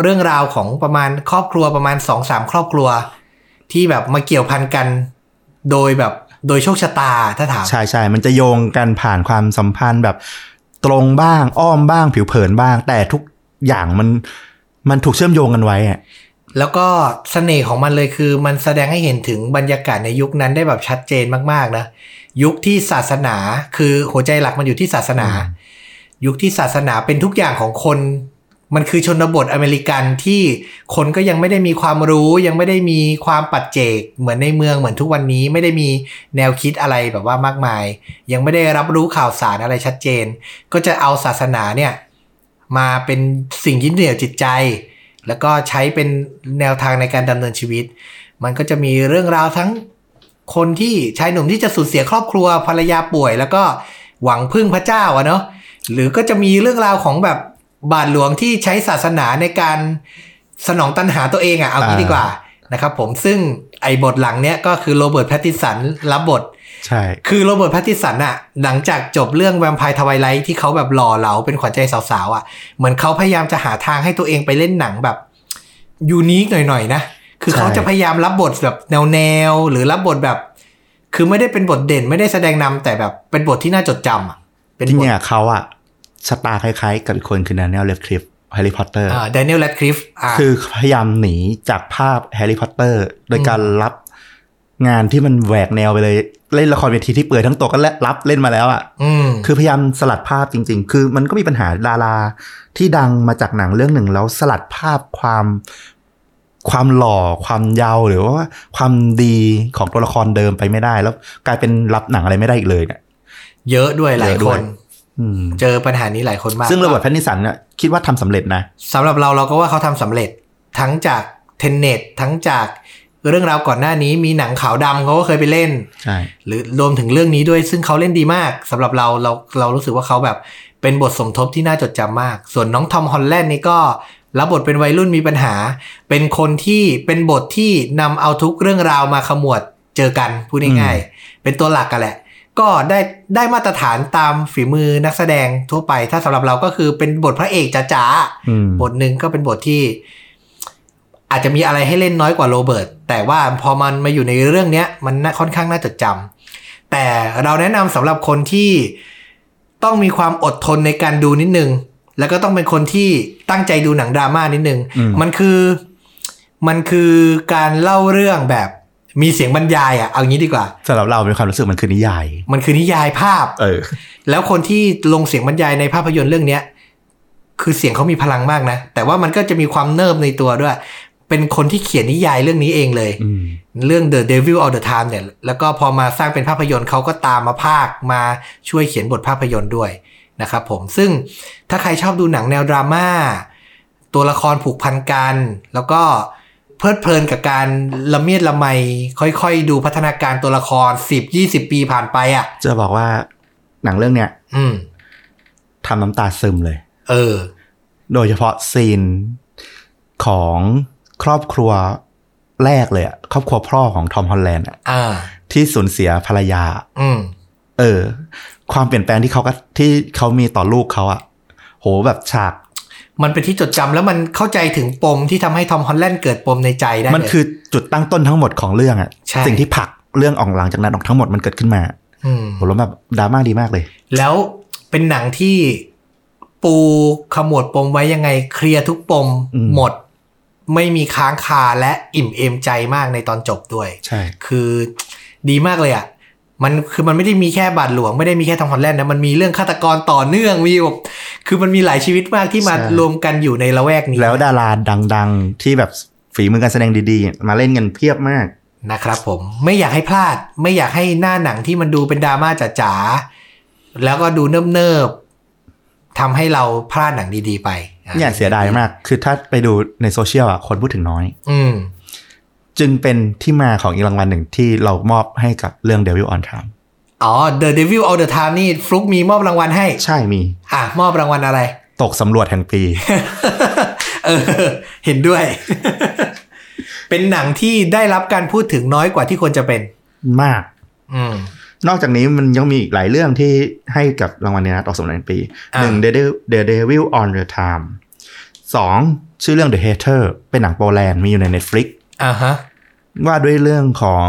[SPEAKER 1] เรื่องราวของประมาณครอบครัวประมาณ 2-3สามครอบครัว ที่แบบมาเกี่ยวพันกัน โดยแบบโดยโชคชะตาถ้าถาม
[SPEAKER 2] ใช่ใช่ มันจะโยงกันผ่านความสัมพันธ์แบบตรงบ้างอ้อมบ้างผิวเผินบ้าง แต่ทุกอย่างมันมันถูกเชื่อมโยงกันไว้อะ
[SPEAKER 1] แล้วก็เสน่ห์ของมันเลยคือมันแสดงให้เห็นถึงบรรยากาศในยุคนั้นได้แบบชัดเจนมาก ๆ นะ ยุคที่ศาสนาคือหัวใจหลักมันอยู่ที่ศาสนา ยุคที่ศาสนาเป็นทุกอย่างของคน มันคือชนบทอเมริกันที่คนก็ยังไม่ได้มีความรู้ยังไม่ได้มีความปัจเจก เหมือนในเมืองเหมือนทุกวันนี้ไม่ได้มีแนวคิดอะไรแบบว่ามากมาย ยังไม่ได้รับรู้ข่าวสารอะไรชัดเจน ก็จะเอาศาสนาเนี่ย มาเป็นสิ่งยึดเหนี่ยวจิตใจ แล้วก็ใช้เป็นแนวทางในการดำเนินชีวิต มันก็จะมีเรื่องราวทั้งคนที่ชายหนุ่มที่จะสูญเสียครอบครัวภรรยาป่วย แล้วก็หวังพึ่งพระเจ้าอะเนาะหรือก็จะมีเรื่องราวของแบบบาทหลวงที่ใช้ศาสนาในการสนองตัณหาตัวเองอะเอางี้ดีกว่านะครับผมซึ่งไอ้บทหลังเนี้ยก็คือโรเบิร์ตแพตติสันรับบท
[SPEAKER 2] ใช่
[SPEAKER 1] คือโรเบิร์ตแพตติสันอะหลังจากจบเรื่องแวมไพร์ทวายไลท์ที่เขาแบบหล่อเหลาเป็นขวัญใจสาวๆอะเหมือนเขาพยายามจะหาทางให้ตัวเองไปเล่นหนังแบบ ยูนิคหน่อยๆนะ คือเขาจะพยายามรับบทแบบแนวๆ หรือรับบทแบบ คือไม่ได้เป็นบทเด่นไม่ได้แสดงนำแต่แบบเป็นบทที่น่าจดจำอะเป็น
[SPEAKER 2] จริ
[SPEAKER 1] บ
[SPEAKER 2] ง
[SPEAKER 1] ท
[SPEAKER 2] ๆอะเขาอะชะตาคล้ายๆ กับอีกคนคือแดเนียลเลฟคลิฟแฮร์รี่พอตเตอร์
[SPEAKER 1] อ่าแดเนียลแรดคลิฟอ่า
[SPEAKER 2] คือพยายามหนีจากภาพแฮร์รี่พอตเตอร์โดยการรับงานที่มันแหวกแนวไปเลย เล่นละครเวทีที่เปื่อยทั้งตัวก็และรับเล่นมาแล้วอะ
[SPEAKER 1] อืม
[SPEAKER 2] คือพยายามสลัดภาพจริง ๆ คือมันก็มีปัญหาดาราที่ดังมาจากหนังเรื่องหนึ่งแล้วสลัดภาพความความหล่อความเยาวหรือว่าความดีของตัวละครเดิมไปไม่ได้ แล้วกลายเป็นรับหนังอะไรไม่ได้อีกเลยเนี่ย
[SPEAKER 1] เยอะด้วยหลาย
[SPEAKER 2] เยอะด้
[SPEAKER 1] ค
[SPEAKER 2] วย
[SPEAKER 1] น
[SPEAKER 2] อืม
[SPEAKER 1] เจอปัญหานี้หลายคนมาก
[SPEAKER 2] ซึ่งระเบิดแพนนิสันเนี่ยคิดว่าทำสำเร็จนะ
[SPEAKER 1] สำหรับเราเราก็ว่าเขาทำสำเร็จทั้งจากเทนเน็ตทั้งจากเรื่องราวก่อนหน้านี้มีหนังขาวดำเขาก็เคยไปเล่น
[SPEAKER 2] ใช่
[SPEAKER 1] หรือรวมถึงเรื่องนี้ด้วยซึ่งเขาเล่นดีมากสำหรับเราเราเรารู้สึกว่าเขาแบบเป็นบทสมทบที่น่าจดจำมาก ส่วนน้องทอมฮอลแลนด์นี่ก็รับบทเป็นวัยรุ่นมีปัญหา เป็นคนที่เป็นบทที่นำเอาทุกเรื่องราวมาขมวดเจอกันพูดง่ายๆเป็นตัวหลักกันแหละ ก็ได้ได้มาตรฐานตามฝีมือนักแสดงทั่วไป ถ้าสำหรับเราก็คือเป็นบทพระเอกจ๋าๆ
[SPEAKER 2] อืม
[SPEAKER 1] บทหนึ่งก็เป็นบทที่ อาจจะมีอะไรให้เล่นน้อยกว่าโรเบิร์ตแต่ว่าพอมันมาอยู่ในเรื่องเนี้ย มันน่าค่อนข้างน่าจดจำแต่เราแนะนำสำหรับคนที่ต้องมีความอดทนในการดูนิดนึง แล้วก็ต้องเป็นคนที่ตั้งใจดูหนังดราม่านิดนึง มันคือมันคือการเล่าเรื่องแบบมีเสียงบรรยายอะเอางี้ดีกว่า
[SPEAKER 2] สำหรับเราเป็นความรู้สึกมันคือนิยาย
[SPEAKER 1] มันคือนิยายภาพ
[SPEAKER 2] เออ
[SPEAKER 1] แล้วคนที่ลงเสียงบรรยายในภาพยนตร์เรื่องเนี้ย คือเสียงเขามีพลังมากนะ แต่ว่ามันก็จะมีความเนิบในตัวด้วย เป็นคนที่เขียนนิยายเรื่องนี้เองเลย
[SPEAKER 2] อืม
[SPEAKER 1] เรื่อง The Devil All the Time เนี่ย แล้วก็พอมาสร้างเป็นภาพยนตร์เขาก็ตามมาภาคมาช่วยเขียนบทภาพยนตร์ด้วยนะครับผม ซึ่งถ้าใครชอบดูหนังแนวดราม่า ตัวละครผูกพันกัน แล้วก็เพลิดเพลินกับการละเมียดละไม ค่อยๆ ดูพัฒนาการตัวละคร 10-20 ปีผ่านไปอะ่ะ
[SPEAKER 2] จะบอกว่าหนังเรื่องเนี้ย
[SPEAKER 1] อืม
[SPEAKER 2] ทำน้ำตาซึมเลย
[SPEAKER 1] เออ
[SPEAKER 2] โดยเฉพาะซีนของครอบครัวแรกเลยอะครอบครัวพ่อของทอมฮอลแลนด์อะ
[SPEAKER 1] อ่า
[SPEAKER 2] ที่สูญเสียภรรยา
[SPEAKER 1] อืม
[SPEAKER 2] เออ ความเปลี่ยนแปลงที่เขาก็ที่เขามีต่อลูกเขาอะโหแบบฉาก
[SPEAKER 1] มันเป็นที่จดจำแล้วมันเข้าใจถึงปมที่ทำให้ทอมฮอลแลนด์เกิดปมในใจได้เลย
[SPEAKER 2] มันคือจุดตั้งต้นทั้งหมดของเรื่องอะ
[SPEAKER 1] ใช่
[SPEAKER 2] สิ่งที่ผลักเรื่องออกหลังจากนั้นออกทั้งหมดมันเกิดขึ้นมา
[SPEAKER 1] ม
[SPEAKER 2] โหแล้วแบบดราม่าดีมากเลย
[SPEAKER 1] แล้วเป็นหนังที่ปูขมวดปมไว้ยังไงเคลียร์ทุกปม
[SPEAKER 2] อืม
[SPEAKER 1] หมด ไม่มีค้างคาและอิ่มเอมใจมากในตอนจบด้วย
[SPEAKER 2] ใช่
[SPEAKER 1] คือดีมากเลยอะ มันคือมันไม่ได้มีแค่บาดหลวง ไม่ได้มีแค่ทอมฮอลแลนด์นะมันมีเรื่องฆาตกรต่อเนื่องมีแบบคือมันมีหลายชีวิตมากที่มา
[SPEAKER 2] ใช่
[SPEAKER 1] รวมกันอยู่ในละแวกนี้
[SPEAKER 2] แล้วดาราดังๆ ที่แบบฝีมือการแสดงดีๆ มาเล่นกันเพียบมาก
[SPEAKER 1] นะครับผมไม่อยากให้พลาด ไม่อยากให้หน้าหนังที่มันดูเป็นดราม่าจ๋าๆแล้วก็ดูเนิบๆทำให้เราพลาดหนังดีๆไปอ่ะ
[SPEAKER 2] เนี่ยเสียดายมาก คือถ้าไปดูในโซเชียลอ่ะคนพูดถึงน้อย
[SPEAKER 1] อืม
[SPEAKER 2] จึงเป็นที่มาของอีกรางวัลหนึ่งที่เรามอบให้กับเรื่อง Devil on Time
[SPEAKER 1] อ๋อ The Devil All the Time นี่ฟลุกมีมอบรางวัลให้
[SPEAKER 2] ใช่มี
[SPEAKER 1] อ่ะ มอบรางวัลอะไร
[SPEAKER 2] ตกสำรวจแห่งปี
[SPEAKER 1] เออ เห็นด้วย เป็นหนังที่ได้รับการพูดถึงน้อยกว่าที่ควรจะเป็น
[SPEAKER 2] มาก
[SPEAKER 1] อืม
[SPEAKER 2] นอกจากนี้มันยังมีอีกหลายเรื่องที่ให้กับรางวัลเนี้นะตกสำรวจแห่งปี
[SPEAKER 1] อ่า
[SPEAKER 2] หนึ่ง The Devil- The Devil on the Time สองชื่อเรื่อง The Hater เป็นหนังโปแลนด์มีอยู่ใน Netflix
[SPEAKER 1] อ่าฮะ
[SPEAKER 2] ว่าด้วยเรื่องของ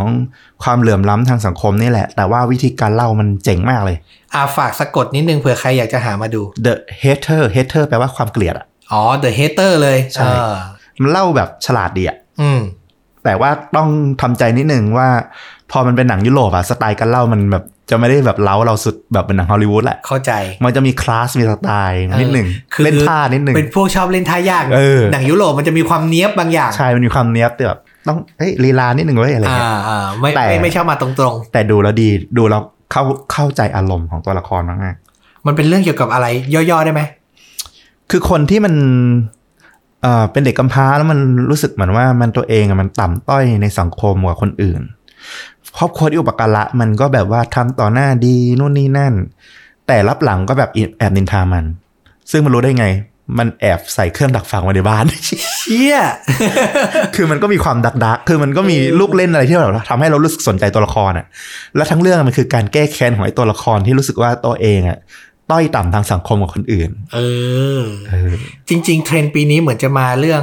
[SPEAKER 2] ความเหลื่อมล้ำทางสังคมนี่แหละ แต่ว่าวิธีการเล่ามันเจ๋งมากเลย
[SPEAKER 1] อ่าฝากสะกดนิดนึงเผื่อใครอยากจะหามาดู
[SPEAKER 2] The Hater Hater แปลว่าความเกลียดอะ
[SPEAKER 1] อ๋อ The Hater เลย
[SPEAKER 2] ใช่
[SPEAKER 1] เออ
[SPEAKER 2] มันเล่าแบบฉลาดดีอะ
[SPEAKER 1] อืม
[SPEAKER 2] แต่ว่าต้องทำใจนิดนึงว่า พอมันเป็นหนังยุโรปอะสไตล์การเล่ามันแบบจะไม่ได้แบบเล้าเราสุดแบบเป็นหนังฮอลลีวูดแหละ
[SPEAKER 1] เข้าใจ
[SPEAKER 2] มันจะมีคลาสมีสไตล์นิดหนึ่ง
[SPEAKER 1] เออคือ
[SPEAKER 2] เล่นท่านิดหนึ่ง
[SPEAKER 1] เป็นพวกชอบเล่นท่ายาก
[SPEAKER 2] เออ
[SPEAKER 1] หนังยุโรปมันจะมีความเนี้ยบบางอย่าง
[SPEAKER 2] ใช่มันมีความเนี้ยบแต่แบบต้องเอ้ยลีลานิดหนึ่งเว้ยอะไร
[SPEAKER 1] อ่า
[SPEAKER 2] เงี้ย
[SPEAKER 1] อ่าไม่
[SPEAKER 2] แต่
[SPEAKER 1] ไม่ไม่ชอบมาตรง
[SPEAKER 2] แต่ดูแล้วดีดูแล้วเข้าเข้าใจอารมณ์ของตัวละครมากๆ
[SPEAKER 1] ๆ มันเป็นเรื่องเกี่ยวกับอะไร ย่อๆได้ไหม
[SPEAKER 2] คือคนที่มันเอ่อเป็นเด็กกำพร้าแล้วมันรู้สึกเหมือนว่ามันตัวเองอะมันต่ำต้อยในสังคมกว่าคนอื่นครอบครัวที่อุปการะมันก็แบบว่าทำต่อหน้าดีนู่นนี่นั่น แต่รับหลังก็แบบแอบนินทามัน ซึ่งมันรู้ได้ไง มันแอบใส่เครื่องดักฟังไว้ในบ้ าน
[SPEAKER 1] เชี่ย
[SPEAKER 2] คือมันก็มีความดักดักๆคือมันก็มีลูกเล่นอะไรที่แบบทำให้เรารู้สึกสนใจตัวละครอ่ะ และทั้งเรื่องมันคือการแก้แค้นของไอ้ตัวละครที่รู้สึกว่าตัวเองอ่ะต้อยต่ำทางสังคมกว่าคนอื่น
[SPEAKER 1] เออ
[SPEAKER 2] เออ
[SPEAKER 1] จริง ๆ เทรนด์ปีนี้เหมือนจะมาเรื่อง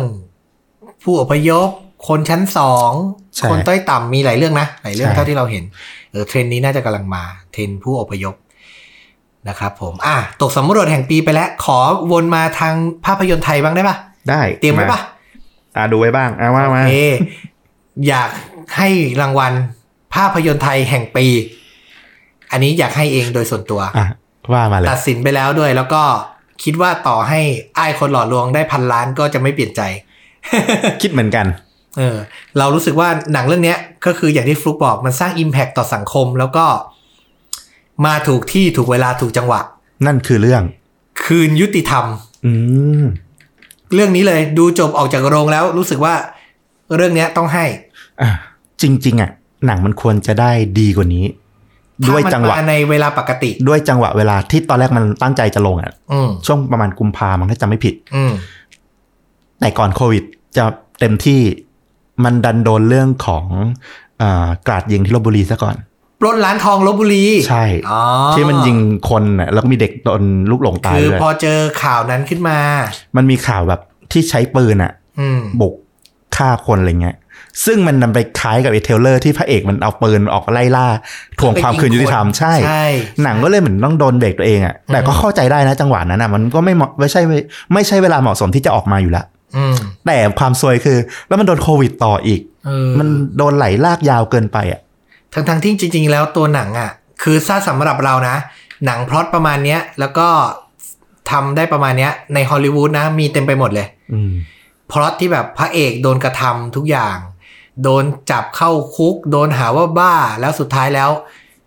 [SPEAKER 1] ผู้อพยพ คนชั้นสอง
[SPEAKER 2] ใช่
[SPEAKER 1] คนต้อยต่ำมีหลายเรื่องนะหลายเรื่อง
[SPEAKER 2] ใช่
[SPEAKER 1] เท่าที่เราเห็นเออเทรนด์นี้น่าจะกำลังมา เทรนด์ผู้อพยพนะครับผม อ่ะตกสำรวจแห่งปีไปแล้ว ขอวนมาทางภาพยนตร์ไทยบ้างได้ปะ
[SPEAKER 2] ได้
[SPEAKER 1] เตรียมไว้
[SPEAKER 2] า
[SPEAKER 1] ปะ
[SPEAKER 2] อ่าดูไว้บ้างอ่าว่ามา
[SPEAKER 1] เออยากให้รางวัลภาพยนตร์ไทยแห่งปี อันนี้อยากให้เองโดยส่วนตัว
[SPEAKER 2] อ่ะว่ามาเลย
[SPEAKER 1] ตัดสินไปแล้วด้วย แล้วก็คิดว่าต่อให้ไอ้ายคนหล่อลวงได้พันล้านก็จะไม่เปลี่ยนใจ
[SPEAKER 2] คิดเหมือนกัน
[SPEAKER 1] เออเรารู้สึกว่าหนังเรื่องเนี้ยก็คืออย่างที่ฟลุกบอกมันสร้าง Impact ต่อสังคมแล้วก็ มาถูกที่ถูกเวลาถูกจังหวะ
[SPEAKER 2] นั่นคือเรื่อง
[SPEAKER 1] คืนยุติธรรม
[SPEAKER 2] อืม
[SPEAKER 1] เรื่องนี้เลยดูจบออกจากโรงแล้วรู้สึกว่าเรื่องเนี้ยต้องให้
[SPEAKER 2] อ่ะจริง ๆ อ่ะ หนังมันควรจะได้ดีกว่านี้
[SPEAKER 1] ถ้า
[SPEAKER 2] ด้วย
[SPEAKER 1] มัน
[SPEAKER 2] จังหวะ
[SPEAKER 1] มาในเวลาปกติ
[SPEAKER 2] ด้วยจังหวะเวลาที่ตอนแรกมันตั้งใจจะลงอ่ะ
[SPEAKER 1] อืม
[SPEAKER 2] ช่วงประมาณกุมภามันถ้าจำไม่ผิด
[SPEAKER 1] อืม
[SPEAKER 2] แต่ก่อนโควิดจะเต็มที่มันดันโดนเรื่องของเอ่อกราดยิงที่ลบบุรีซะก่อน
[SPEAKER 1] ปล้นร้านทองลบบุรี
[SPEAKER 2] ใช่
[SPEAKER 1] อ๋อ
[SPEAKER 2] ที่มันยิงคนน่ะแล้วก็มีเด็กโดนลูกหลงตาย
[SPEAKER 1] คือ
[SPEAKER 2] ด้วย
[SPEAKER 1] พอเจอข่าวนั้นขึ้นมา
[SPEAKER 2] มันมีข่าวแบบที่ใช้ปืนอ่ะ
[SPEAKER 1] อืม
[SPEAKER 2] บุกฆ่าคนอะไรเงี้ย ซึ่งมันนำไปคล้ายกับไอ้เทรลเลอร์ที่พระเอกมันเอาปืนออกไล่ล่าทวงความคืนยุติธรรมใช่
[SPEAKER 1] ใช่
[SPEAKER 2] หนังก็เลยเหมือนต้องโดนเบรกตัวเองอะ่ะ แต่ก็เข้าใจได้นะจังหวะนั้นอ่ะ มันก็ไม่เหมาะไม่ใช่ไม่ใช่เวลาเหมาะสมที่จะออกมาอยู่แล้ว
[SPEAKER 1] อืม
[SPEAKER 2] แต่ความซวยคือ แล้วมันโดนโควิดต่ออีก
[SPEAKER 1] เออ
[SPEAKER 2] มันโดนไหลลากยาวเกินไปอ่ะ
[SPEAKER 1] ทั้งๆที่จริง ๆ แล้วตัวหนังอ่ะ คือถ้าสำหรับเรานะ หนังพล็อตประมาณเนี้ย แล้วก็ทำได้ประมาณเนี้ย ในฮอลลีวูดนะ มีเต็มไปหมดเลย
[SPEAKER 2] อืม
[SPEAKER 1] พล็อตที่แบบพระเอกโดนกระทำทุกอย่าง โดนจับเข้าคุก โดนหาว่าบ้าแล้วสุดท้ายแล้ว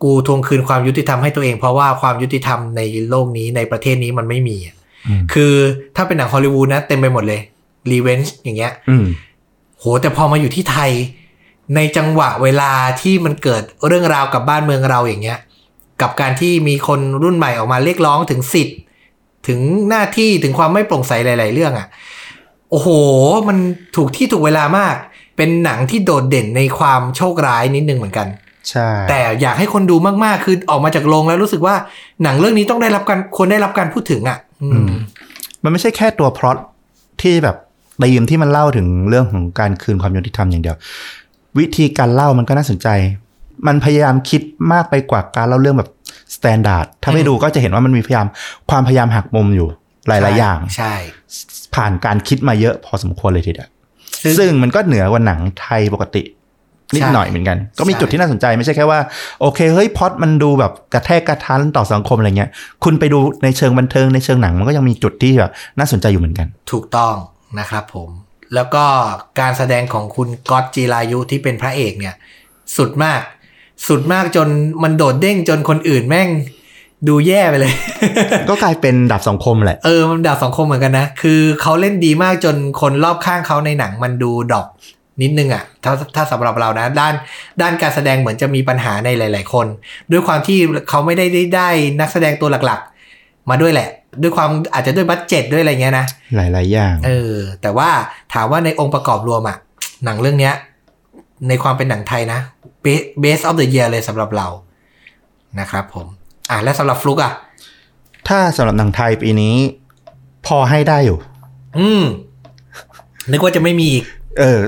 [SPEAKER 1] กูทวงคืนความยุติธรรมให้ตัวเอง เพราะว่าความยุติธรรมในโลกนี้ในประเทศนี้มันไม่มีอะ
[SPEAKER 2] อืม
[SPEAKER 1] คือถ้าเป็นหนังฮอลลีวูดนะเต็มไปหมดเลยรีเวนจ์อย่างเงี้ย
[SPEAKER 2] อืม
[SPEAKER 1] โหแต่พอมาอยู่ที่ไทย ในจังหวะเวลาที่มันเกิดเรื่องราวกับบ้านเมืองเราอย่างเงี้ย กับการที่มีคนรุ่นใหม่ออกมาเรียกร้องถึงสิทธิ์ ถึงหน้าที่ถึงความไม่โปร่งใสหลาย ๆ เรื่องอะ่ะ โอ้โห มันถูกที่ถูกเวลามาก เป็นหนังที่โดดเด่นในความโชคร้ายนิดนึงเหมือนกัน
[SPEAKER 2] ใช่
[SPEAKER 1] แต่อยากให้คนดูมาก ๆ คือออกมาจากโรงแล้วรู้สึกว่าหนังเรื่องนี้ต้องได้รับการควรได้รับการพูดถึงอะ่ะ อืม
[SPEAKER 2] มันไม่ใช่แค่ตัวพล็อตที่แบบตีมที่มันเล่าถึงเรื่องของการคืนความยุติธรรมอย่างเดียว วิธีการเล่ามันก็น่าสนใจ มันพยายามคิดมากไปกว่าการเล่าเรื่องแบบสแตนดาร์ดถ้าไม่ดูก็จะเห็นว่ามันมีพยายามความพยายามหักมุมอยู่หลาย ๆ อย่าง
[SPEAKER 1] ใช่
[SPEAKER 2] ผ่านการคิดมาเยอะพอสมควรเลยทีเดียว
[SPEAKER 1] ซึ่ง
[SPEAKER 2] ซึ่งมันก็เหนือกว่าหนังไทยปกติ นิด
[SPEAKER 1] ใช่
[SPEAKER 2] หน่อยเหมือนกัน ก็มี
[SPEAKER 1] ใช่
[SPEAKER 2] จุดที่น่าสนใจไม่ใช่แค่ว่า โอเคเฮ้ยพล็อดมันดูแบบกระแทกกระทันต่อสังคมอะไรเงี้ย คุณไปดูในเชิงบันเทิงในเชิงหนังมันก็ยังมีจุดที่แบบน่าสนใจอยู่เหมือนกัน
[SPEAKER 1] ถูกต้องนะครับผม แล้วก็การแสดงของคุณก๊อตจีรายุที่เป็นพระเอกเนี่ย สุดมาก สุดมากจนมันโดดเด้งจนคนอื่นแม่งดูแย่ไปเลย
[SPEAKER 2] ก็กลายเป็นดาบสองคมแหละ
[SPEAKER 1] เออมันดาบสองคมเหมือนกันนะ คือเขาเล่นดีมากจนคนรอบข้างเขาในหนังมันดูดรอกนิดนึงอะ่ะ ถ้าถ้าสำหรับเรานะ ด้านด้านการแสดงเหมือนจะมีปัญหาในหลาย ๆ คน ด้วยความที่เขาไม่ได้ได้ได้นักแสดงตัวหลักๆ มาด้วยแหละ ด้วยความอาจจะด้วยบัตเจ็ตด้วยอะไรเงี้ยนะ
[SPEAKER 2] หลาย ๆ อย่าง
[SPEAKER 1] เออ แต่ว่าถามว่าในองค์ประกอบรวมอะหนังเรื่องเนี้ย ในความเป็นหนังไทยนะเบสออฟเดอะเยียเลยสำหรับเรานะครับผม อ่ะและสำหรับฟลุกอะ
[SPEAKER 2] ถ้าสำหรับหนังไทยปีนี้ พอให้ได้อยู่
[SPEAKER 1] อืมนึกว่าจะไม่มีอีก
[SPEAKER 2] เออ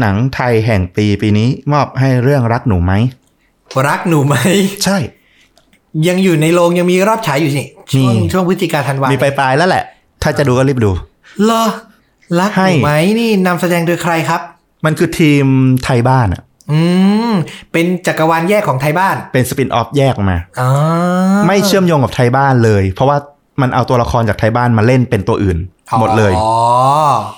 [SPEAKER 2] หนังไทยแห่งปีปีนี้มอบให้เรื่องรักหนูไหม
[SPEAKER 1] รักหนูไหม
[SPEAKER 2] ใช่
[SPEAKER 1] ยังอยู่ในโรงยังมีรอบฉายอยู่นี่ช่วง
[SPEAKER 2] มี
[SPEAKER 1] ช่วงพฤศจิกาธันวา
[SPEAKER 2] มี
[SPEAKER 1] เนี่ย
[SPEAKER 2] ปลายๆแล้วแหละ ถ้าจะดูก็รีบดู
[SPEAKER 1] เหรอรักห
[SPEAKER 2] ให้
[SPEAKER 1] นูไหมนี่นำแสดงโดยใครครับ
[SPEAKER 2] มันคือทีมไทยบ้านอะ
[SPEAKER 1] อืม เป็นจักรวาลแยกของไทยบ้าน
[SPEAKER 2] เป็นสปินออฟแยกออกมา
[SPEAKER 1] อ๋อ
[SPEAKER 2] ไม่เชื่อมโยงกับไทยบ้านเลย เพราะว่ามันเอาตัวละครจากไทยบ้านมาเล่นเป็นตัวอื่น หมดเลย
[SPEAKER 1] อ๋อ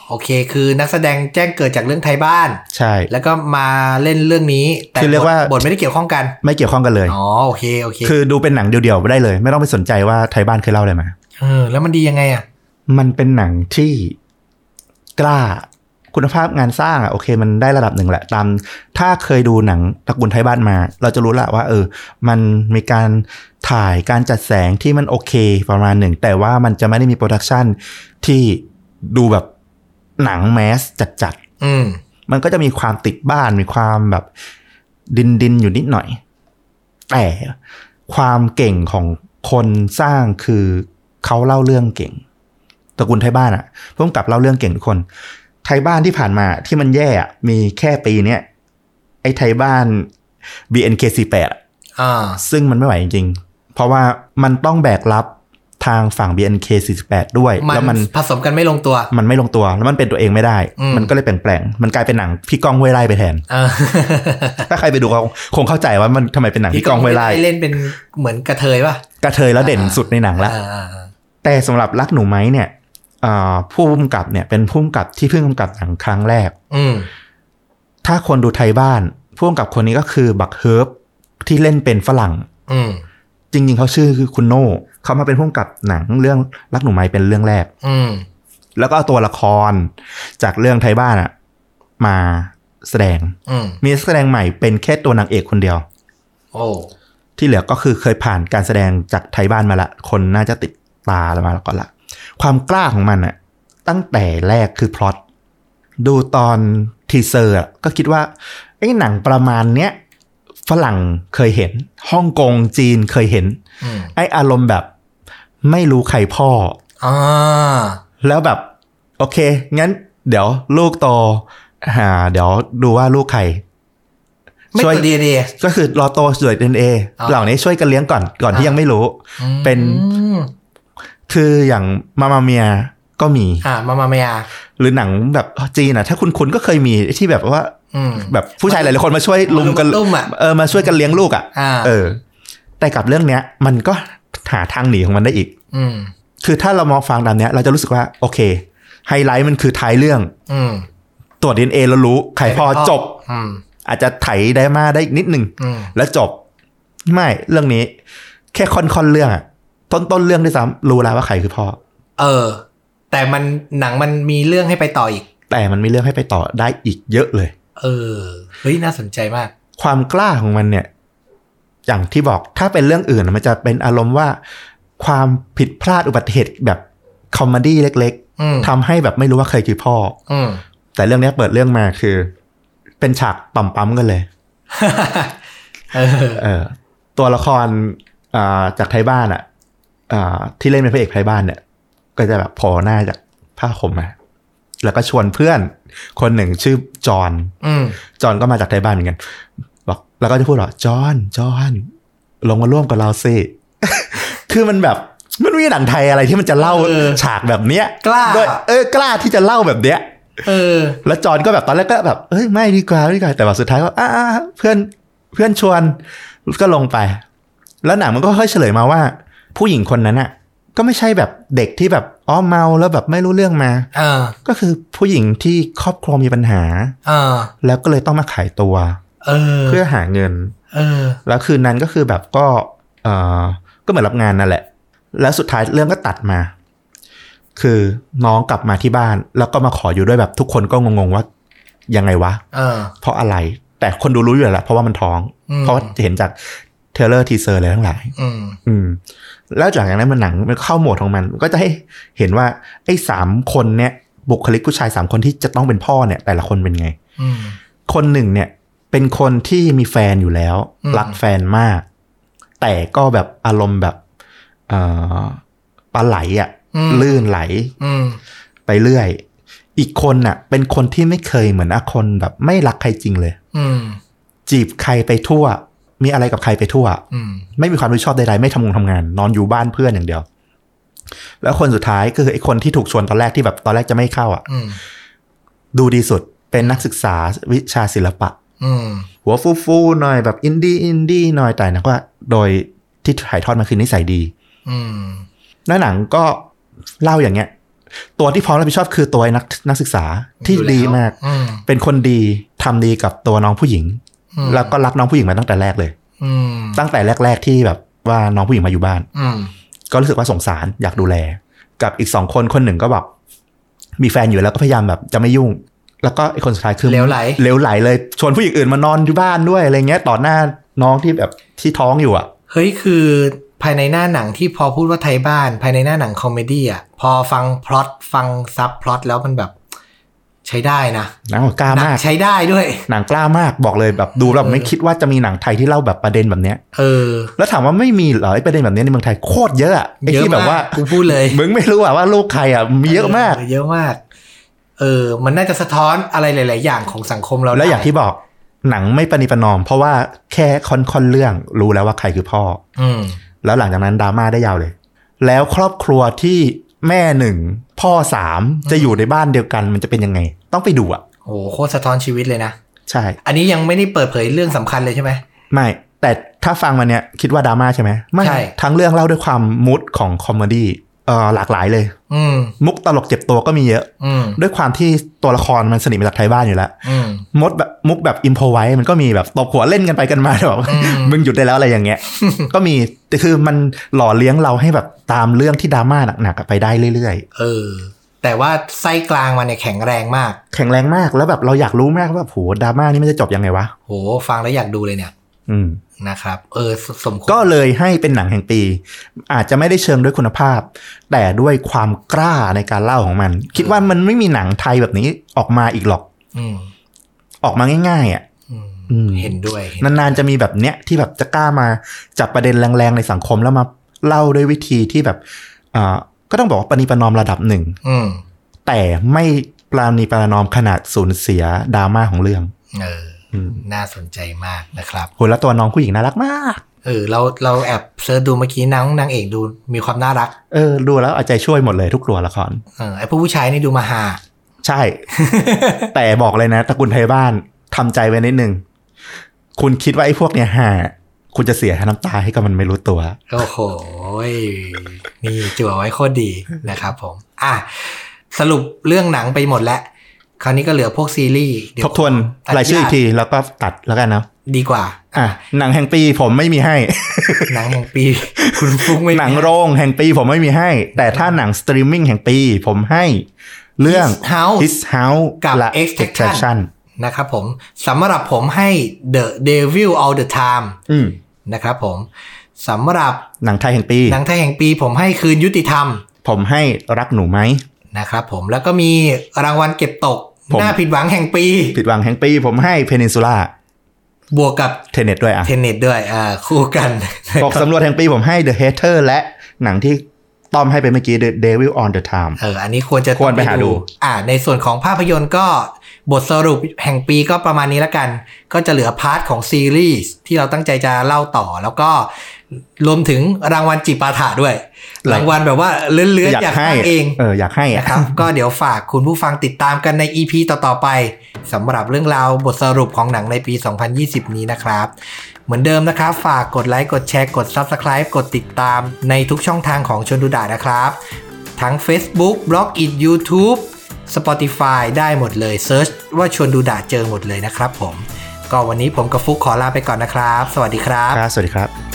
[SPEAKER 1] โอเค คือนักแสดงแจ้งเกิดจากเรื่องไทยบ้าน
[SPEAKER 2] ใช่
[SPEAKER 1] แล้วก็มาเล่นเรื่องนี้ แต่
[SPEAKER 2] คือเรียกว่า
[SPEAKER 1] บทไม่ได้เกี่ยวข้องกัน
[SPEAKER 2] ไม่เกี่ยวข้องกันเลย
[SPEAKER 1] อ๋อโอเคโอเค
[SPEAKER 2] คือดูเป็นหนังเดียวๆไปได้เลย ไม่ต้องไปสนใจว่าไทยบ้านเคยเล่าอะไรมา
[SPEAKER 1] เออแล้วมันดียังไงอ่ะ
[SPEAKER 2] มันเป็นหนังที่กล้าคุณภาพงานสร้างอะโอเค มันได้ระดับหนึ่งแหละตาม ถ้าเคยดูหนังตระกูลไทยบ้านมา เราจะรู้ละว่า เออ มันมีการถ่ายการจัดแสงที่มันโอเคประมาณหนึ่ง แต่ว่ามันจะไม่ได้มีโปรดักชันที่ดูแบบหนังแมสจัด
[SPEAKER 1] อืม
[SPEAKER 2] ๆ มันก็จะมีความติดบ้านมีความแบบดินดินๆอยู่นิดหน่อย แต่ความเก่งของคนสร้างคือเขาเล่าเรื่องเก่ง ตระกูลไทยบ้านอะพ่วงกับเล่าเรื่องเก่งทุกคน ไทยบ้านที่ผ่านมาที่มันแย่อะมีแค่ปีเนี้ยไอ้ไทยบ้าน BNK48 อะ
[SPEAKER 1] อ่า
[SPEAKER 2] ซึ่งมันไม่ไหวจริงๆ เพราะว่ามันต้องแบกรับทางฝั่ง BNK48 ด้วย แล้ว
[SPEAKER 1] มั
[SPEAKER 2] มัน
[SPEAKER 1] นผสมกันไม่ลงตัว
[SPEAKER 2] มันไม่ลงตัวแล้วมันเป็นตัวเองไม่ได้
[SPEAKER 1] อืม
[SPEAKER 2] มันก็เลยแปลงๆมันกลายเป็นหนังพี่ก้องห้วยไร่ไปแทน
[SPEAKER 1] เออ
[SPEAKER 2] ถ้าใครไปดูก็คงเข้าใจว่ามันทำ ไมเป็นหนังพี่ก้องห้วยไร่
[SPEAKER 1] เล่นเป็นเหมือนกระเทยป่ะ
[SPEAKER 2] กระเทยแล้วเด่นสุดในหนังละ
[SPEAKER 1] อ่าอ่าอ่า
[SPEAKER 2] แต่สำหรับรักหนูไหมเนี่ยเอ่อผู้กำกับเนี่ยเป็นผู้กำกับที่เพิ่งกำกับหนังครั้งแรก
[SPEAKER 1] อืม
[SPEAKER 2] ถ้าคนดูไทยบ้านผู้กำกับคนนี้ก็คือบักเฮิร์บที่เล่นเป็นฝรั่ง
[SPEAKER 1] อืม
[SPEAKER 2] จริงๆเขาชื่อคือคุณโน่เขามาเป็นผู้กำกับหนังเรื่องรักหนูไหมเป็นเรื่องแรก
[SPEAKER 1] อืม
[SPEAKER 2] แล้วก็เอาตัวละครจากเรื่องไทยบ้านอะมาแสดง
[SPEAKER 1] อืม
[SPEAKER 2] มีนักแสดงใหม่เป็นแค่ตัวนางเอกคนเดียว
[SPEAKER 1] โอ้
[SPEAKER 2] ที่เหลือก็คือเคยผ่านการแสดงจากไทยบ้านมาละ คนน่าจะติดตามาแล้วก็ละ ความกล้าของมันอะตั้งแต่แรกคือพล็อตดูตอนทีเซอร์อะก็คิดว่าไอ้หนังประมาณเนี้ยฝรั่งเคยเห็นฮ่องกงจีนเคยเห็น
[SPEAKER 1] อืม
[SPEAKER 2] ไอ้อารมณ์แบบไม่รู้ใครพ่อ
[SPEAKER 1] อ่า
[SPEAKER 2] แล้วแบบ โอเค งั้น เดี๋ยวลูกโตอ่าเดี๋ยวดูว่าลูกใคร
[SPEAKER 1] ไม่ตัวดีดี
[SPEAKER 2] ก็คือรอโตสวยดีเอ็นเอ
[SPEAKER 1] อ่า
[SPEAKER 2] เหล่านี้ช่วยกันเลี้ยงก่อนก่อนที่
[SPEAKER 1] อ่ายั
[SPEAKER 2] ยังไม่รู้ เป็น
[SPEAKER 1] อืม
[SPEAKER 2] คืออย่างมามาเมียก็มี
[SPEAKER 1] อ่า มามาเมีย
[SPEAKER 2] หรือหนังแบบจีนอ่ะ ถ้าคุณคุณก็เคยมีที่แบบว่า
[SPEAKER 1] อืม
[SPEAKER 2] แบบผู้ชายหลายๆคนมาช่วยลุมกัน
[SPEAKER 1] มาลุมอะ
[SPEAKER 2] เออมาช่วยกันเลี้ยงลูกอ่ะ
[SPEAKER 1] อ่า
[SPEAKER 2] เออ แต่กับเรื่องเนี้ย มันก็หาทางหนีของมันได้อีก
[SPEAKER 1] อืม
[SPEAKER 2] คือถ้าเรามองฟังตามเนี้ย เราจะรู้สึกว่า โอเค ไฮไลท์มันคือท้ายเรื่อง
[SPEAKER 1] อืม
[SPEAKER 2] ตรวจดีเอ็นเอแล้วรู้ไขพอจบ
[SPEAKER 1] อืม
[SPEAKER 2] อาจจะไถได้มาได้อีกนิดหนึ่ง
[SPEAKER 1] อืม
[SPEAKER 2] แล้วจบ ไม่เรื่องนี้ แค่ค่อนค่อนๆเรื่องอะต้นต้นเรื่องด้วยซ้ำรู้แล้วว่าใครคือพ่อ
[SPEAKER 1] เออ แต่มันหนังมันมีเรื่องให้ไปต่ออีก
[SPEAKER 2] แต่มันมีเรื่องให้ไปต่อได้อีกเยอะเลย
[SPEAKER 1] เออ เฮ้ย น่าสนใจมาก
[SPEAKER 2] ความกล้าของมันเนี่ย อย่างที่บอกถ้าเป็นเรื่องอื่นอะมันจะเป็นอารมณ์ว่า ความผิดพลาดอุบัติเหตุแบบคอมเมดี้เล็ก
[SPEAKER 1] อืม
[SPEAKER 2] ๆทำให้แบบไม่รู้ว่าใครคือพ่อ
[SPEAKER 1] อืม
[SPEAKER 2] แต่เรื่องเนี้ยเปิดเรื่องมาคือ เป็นฉากปั๊มปั๊มๆกันเลย
[SPEAKER 1] เออ
[SPEAKER 2] เออตัวละครอ่าจากไทยบ้านอ่ะอ่าที่เล่นเป็นพระเอกไทยบ้านเนี่ย ก็จะแบบโผล่หน้าจากผ้าห่มมาแล้วก็ชวนเพื่อน คนหนึ่งชื่อจอห์น
[SPEAKER 1] อืม
[SPEAKER 2] จอห์นก็มาจากไทยบ้านเหมือนกัน บอกแล้วก็จะพูดว่าจอห์นจอห์นลงมาร่วมกับเราสิ คือมันแบบมันไม่มีหนังไทยอะไรที่มันจะเล่า
[SPEAKER 1] เออ
[SPEAKER 2] ฉากแบบเนี้ย
[SPEAKER 1] กล้า
[SPEAKER 2] ด้วยเออกล้าที่จะเล่าแบบเนี้ย
[SPEAKER 1] เออ
[SPEAKER 2] แล้วจอห์นก็แบบตอนแรกก็แบบเอ้ยไม่ดีกว่าไม่ดีกว่าแต่แบบสุดท้ายก็อ่าเพื่อนเพื่อนชวนก็ลงไป แล้วหนังมันก็ค่อยเฉลยมาว่า ผู้หญิงคนนั้นอ่ะ ก็ไม่ใช่แบบเด็กที่แบบอ๋อเมาแล้วแบบไม่รู้เรื่องมา
[SPEAKER 1] เออ
[SPEAKER 2] ก็คือผู้หญิงที่ครอบครัวมีปัญหา
[SPEAKER 1] เออ
[SPEAKER 2] แล้วก็เลยต้องมาขายตัว
[SPEAKER 1] เออ
[SPEAKER 2] เพื่อหาเงิน
[SPEAKER 1] เออ
[SPEAKER 2] แล้วคืนนั้นก็คือแบบก็เออก็เหมือนรับงานนั่นแหละ แล้วสุดท้ายเรื่องก็ตัดมา คือน้องกลับมาที่บ้าน แล้วก็มาขออยู่ด้วยแบบทุกคนก็งงๆว่ายังไงวะ
[SPEAKER 1] เออ
[SPEAKER 2] เพราะอะไร แต่คนดูรู้อยู่แล้วแหละเพราะว่ามันท้อง
[SPEAKER 1] อืม
[SPEAKER 2] เพราะว่าเห็นจากเทรลเลอร์ทีเซอร์อะไรทั้งหลาย
[SPEAKER 1] อืม
[SPEAKER 2] อืม แล้วจากนั้นมันหนังมันเข้าโหมดของมันมันก็จะให้เห็นว่าไอ้สามคนเนี่ยบุคลิกผู้ชายสามคนที่จะต้องเป็นพ่อเนี่ย แต่ละคนเป็นไง
[SPEAKER 1] อืม
[SPEAKER 2] คนหนึ่งเนี่ยเป็นคนที่มีแฟนอยู่แล้ว
[SPEAKER 1] อืม
[SPEAKER 2] รักแฟนมาก แต่ก็แบบอารมณ์แบบเอ่อปลาไหลอะ
[SPEAKER 1] อืม
[SPEAKER 2] ลื่นไหล
[SPEAKER 1] อืม
[SPEAKER 2] ไปเรื่อย อีกคนน่ะ เป็นคนที่ไม่เคยเหมือนอะคนแบบไม่รักใครจริงเลย
[SPEAKER 1] อืม
[SPEAKER 2] จีบใครไปทั่ว มีอะไรกับใครไปทั่ว
[SPEAKER 1] อืม
[SPEAKER 2] ไม่มีความรับผิดชอบใดๆ ไม่ทำงานทำงาน นอนอยู่บ้านเพื่อนอย่างเดียว แล้วคนสุดท้ายก็คือไอ้คนที่ถูกชวนตอนแรกที่แบบตอนแรกจะไม่เข้าอ่ะ
[SPEAKER 1] อืม
[SPEAKER 2] ดูดีสุดเป็นนักศึกษาวิชาศิลปะ
[SPEAKER 1] อืม
[SPEAKER 2] หัวฟูฟูๆหน่อยแบบอินดี้อินดี้หน่อยแต่นะว่าโดยที่ถ่ายทอดมาคือนิสัยดี
[SPEAKER 1] อืม
[SPEAKER 2] หน้าหนังก็เล่าอย่างเงี้ย ตัวที่พร้อมรับผิดชอบคือตัวไอ้นักนักศึกษาที่ดีมาก
[SPEAKER 1] อืม
[SPEAKER 2] เป็นคนดีทำดีกับตัวน้องผู้หญิง
[SPEAKER 1] อืม
[SPEAKER 2] แล้วก็รักน้องผู้หญิงมาตั้งแต่แรกเลย
[SPEAKER 1] อืม
[SPEAKER 2] ตั้งแต่แรก ๆ ที่แบบว่าน้องผู้หญิงมาอยู่บ้าน
[SPEAKER 1] อืม
[SPEAKER 2] ก็รู้สึกว่าสงสารอยากดูแล กับอีกสองคนคนหนึ่งก็แบบมีแฟนอยู่แล้วก็พยายามแบบจะไม่ยุ่ง แล้วก็ไอ้คนสุดท้ายคือ
[SPEAKER 1] เหลวไหล
[SPEAKER 2] เหลวไหลเลยชวนผู้หญิงอื่นมานอนที่บ้านด้วยอะไรเงี้ยต่อหน้าน้องที่แบบที่ท้องอยู่อ่ะ
[SPEAKER 1] เฮ้ยคือภายในหน้าหนังที่พอพูดว่าไทยบ้าน ภายในหน้าหนังคอมเมดี้อ่ะพอฟังพล็อตฟังซับพล็อตแล้วมันแบบ ใช้ได้นะ
[SPEAKER 2] หนังกล้า
[SPEAKER 1] หนั
[SPEAKER 2] มาก
[SPEAKER 1] ใช้ได้ด้วย
[SPEAKER 2] หนังกล้ามากบอกเลยแบบดูแบบไม่คิดว่าจะมีหนังไทยที่เล่าแบบประเด็นแบบเนี้ย
[SPEAKER 1] เออ
[SPEAKER 2] แล้วถามว่าไม่มีเหรอไอ้ประเด็นแบบเนี้ยในเมืองไทยโคตรเยอะอะไอ้
[SPEAKER 1] เยอะ
[SPEAKER 2] ที่แบบ
[SPEAKER 1] มาก
[SPEAKER 2] ว่า
[SPEAKER 1] กูพูดเลย
[SPEAKER 2] มึงไม่รู้อะว่าลูกใครอะมีเยอะมาก
[SPEAKER 1] เยอะมาก เออ มันน่าจะสะท้อนอะไรหลาย ๆ อย่างของสังคมเรา
[SPEAKER 2] แล้ว
[SPEAKER 1] ได้
[SPEAKER 2] อย่างที่บอกหนังไม่ประนีประนอม เพราะว่าแค่ค่อนค่อนๆเรื่องรู้แล้วว่าใครคือพ่อ
[SPEAKER 1] อืม
[SPEAKER 2] แล้วหลังจากนั้นดราม่าได้ยาวเลย แล้วครอบครัวที่แม่หนึ่งพ่อสามจะอยู่ในบ้านเดียวกันมันจะเป็นยังไง ต้องไปดูอะ
[SPEAKER 1] โหโคตรสะท้อนชีวิตเลยนะ
[SPEAKER 2] ใช่
[SPEAKER 1] อันนี้ยังไม่ได้เปิดเผยเรื่องสำคัญเลยใช่ไหม
[SPEAKER 2] ไม่ แต่ถ้าฟังมาเนี่ยคิดว่าดราม่าใช่ไหมไม่
[SPEAKER 1] ใช่
[SPEAKER 2] ทั้งเรื่องเล่าด้วยความมูดของคอมเมดี้เอ่อหลากหลายเลย
[SPEAKER 1] อืม
[SPEAKER 2] มุกตลกเจ็บตัวก็มีเยอะ
[SPEAKER 1] อืม
[SPEAKER 2] ด้วยความที่ตัวละครมันสนิทมาจากไทยบ้านอยู่แล้ว
[SPEAKER 1] อืม
[SPEAKER 2] มดแบบมุกแบบอิมพอไว้ มันก็มีแบบตบหัวเล่นกันไปกันมาแบบ
[SPEAKER 1] อืม
[SPEAKER 2] มึงหยุดได้แล้วอะไรอย่างเงี้ย ก็มีแต่คือมันหล่อเลี้ยงเราให้แบบตามเรื่องที่ดราม่าหนักๆอะไปได้เรื่อยๆ
[SPEAKER 1] เออ แต่ว่าไส้กลางมันเนี่ยแข็งแรงมาก
[SPEAKER 2] แข็งแรงมากแล้วแบบเราอยากรู้มากว่าโหดราม่านี่มันจะจบยังไงวะ
[SPEAKER 1] โหฟังแล้วอยากดูเลยเนี่ย
[SPEAKER 2] อืม
[SPEAKER 1] นะครับ เออสสมควร
[SPEAKER 2] ก็เลยให้เป็นหนังแห่งปี อาจจะไม่ได้เชิงด้วยคุณภาพ แต่ด้วยความกล้าในการเล่าของมัน คิดว่ามันไม่มีหนังไทยแบบนี้ออกมาอีกหรอก
[SPEAKER 1] อืม
[SPEAKER 2] ออกมาง่ายๆอ่ะ
[SPEAKER 1] อืม
[SPEAKER 2] อืม
[SPEAKER 1] เห็นด้วยเห็น
[SPEAKER 2] นานๆจะมีแบบเนี้ยที่แบบจะกล้ามาจับประเด็นแรงๆในสังคมแล้วมาเล่าด้วยวิธีที่แบบอ่าก็ต้องบอกว่าปณิประนอมระดับหนึ่ง
[SPEAKER 1] อืม
[SPEAKER 2] แต่ไม่ปราณีประนอมขนาดสูญเสียดราม่าของเรื่อง
[SPEAKER 1] เอออ
[SPEAKER 2] ม
[SPEAKER 1] น่าสนใจมากนะครับ
[SPEAKER 2] โหแล้วตัวน้องผู้หญิงน่ารักมาก
[SPEAKER 1] เออ เราเราแอบเซิร์ชดูเมื่อกี้นางนางเอกดูมีความน่ารัก
[SPEAKER 2] เออดูแล้วเอาใจช่วยหมดเลยทุกตัวละคร
[SPEAKER 1] เออไอผู้ผู้ชายนี่ดูมาหา
[SPEAKER 2] ใช่ แต่บอกเลยนะตระกูลไทยบ้านทำใจไว้นิดนึง คุณคิดว่าไอ้พวกเนี้ยห่าคุณจะเสียน้ำตาให้กับมันไม่รู้ตัว
[SPEAKER 1] โอ้โหยนี่จั่วไว้โคตรดีนะครับผม อ่ะ สรุปเรื่องหนังไปหมดแล้ว คราวนี้ก็เหลือพวกซีรีส์เดี๋ย
[SPEAKER 2] ทบทวนรายชื่ออีกทีแล้วก็ตัดแล้วกันนะ
[SPEAKER 1] ดีกว่า
[SPEAKER 2] อ่ะหนังแห่งปีผมไม่มีให้
[SPEAKER 1] หนังแห่งปี คุณฟุกไม่
[SPEAKER 2] หนังโรงแห่งปีผมไม่มีให้ แต่ถ้าหนังสตรีมมิ่งแห่งปีผมให้เรื่อง
[SPEAKER 1] เฮา
[SPEAKER 2] His House
[SPEAKER 1] กับ
[SPEAKER 2] และ
[SPEAKER 1] Extraction
[SPEAKER 2] Extraction
[SPEAKER 1] นะครับผมสำหรับผมให้ The Devil All the Time
[SPEAKER 2] อืม
[SPEAKER 1] นะครับผมสำหรับ
[SPEAKER 2] หนังไทยแห่งปี
[SPEAKER 1] หนังไทยแห่งปีผมให้คืนยุติธรรม
[SPEAKER 2] ผมให้รักหนูไหม
[SPEAKER 1] นะครับผมแล้วก็มีรางวัลเก็บตก
[SPEAKER 2] ผม
[SPEAKER 1] หน้าผิดหวังแห่งปี
[SPEAKER 2] ผิดหวังแห่งปี ผมให้ Peninsula
[SPEAKER 1] บวกกับ
[SPEAKER 2] Tenet ด้วยอ่ะ
[SPEAKER 1] เทนเน็ตด้วยอ่าคู่กัน
[SPEAKER 2] ปกสำรวจแห่งปีผมให้ The Hater และหนังที่ต้อมให้ไปเมื่อกี้ The Devil on the Time
[SPEAKER 1] เอออันนี้ควรจะ
[SPEAKER 2] ควรไปหาดู
[SPEAKER 1] อ่าในส่วนของภาพยนตร์ก็ บทสรุปแห่งปีก็ประมาณนี้ละกัน ก็จะเหลือพาร์ทของซีรีส์ที่เราตั้งใจจะเล่าต่อ แล้วก็รวมถึงรางวัลจิปาถะด้วย
[SPEAKER 2] หลาย
[SPEAKER 1] รางวัลแบบว่าเลื้อนๆอยากให้เอง
[SPEAKER 2] เอออยากให้อะ
[SPEAKER 1] นะครับ ก็เดี๋ยวฝากคุณผู้ฟังติดตามกันใน EP ต่อ ๆ ไปสำหรับเรื่องราวบทสรุปของหนังในปี 2020 นี้นะครับ เหมือนเดิมนะครับ ฝากกดไลค์ กดแชร์ กด Subscribe กดติดตามในทุกช่องทางของชนดูดานะครับ ทั้ง Facebook b l o g i t YouTube Spotify ได้หมดเลยเซิร์ชว่าชวนดูดาเจอหมดเลยนะครับผม ก็วันนี้ผมกับฟุกขอลาไปก่อนนะครับ สวัสดีครับ
[SPEAKER 2] ครับ สวัสดีครับ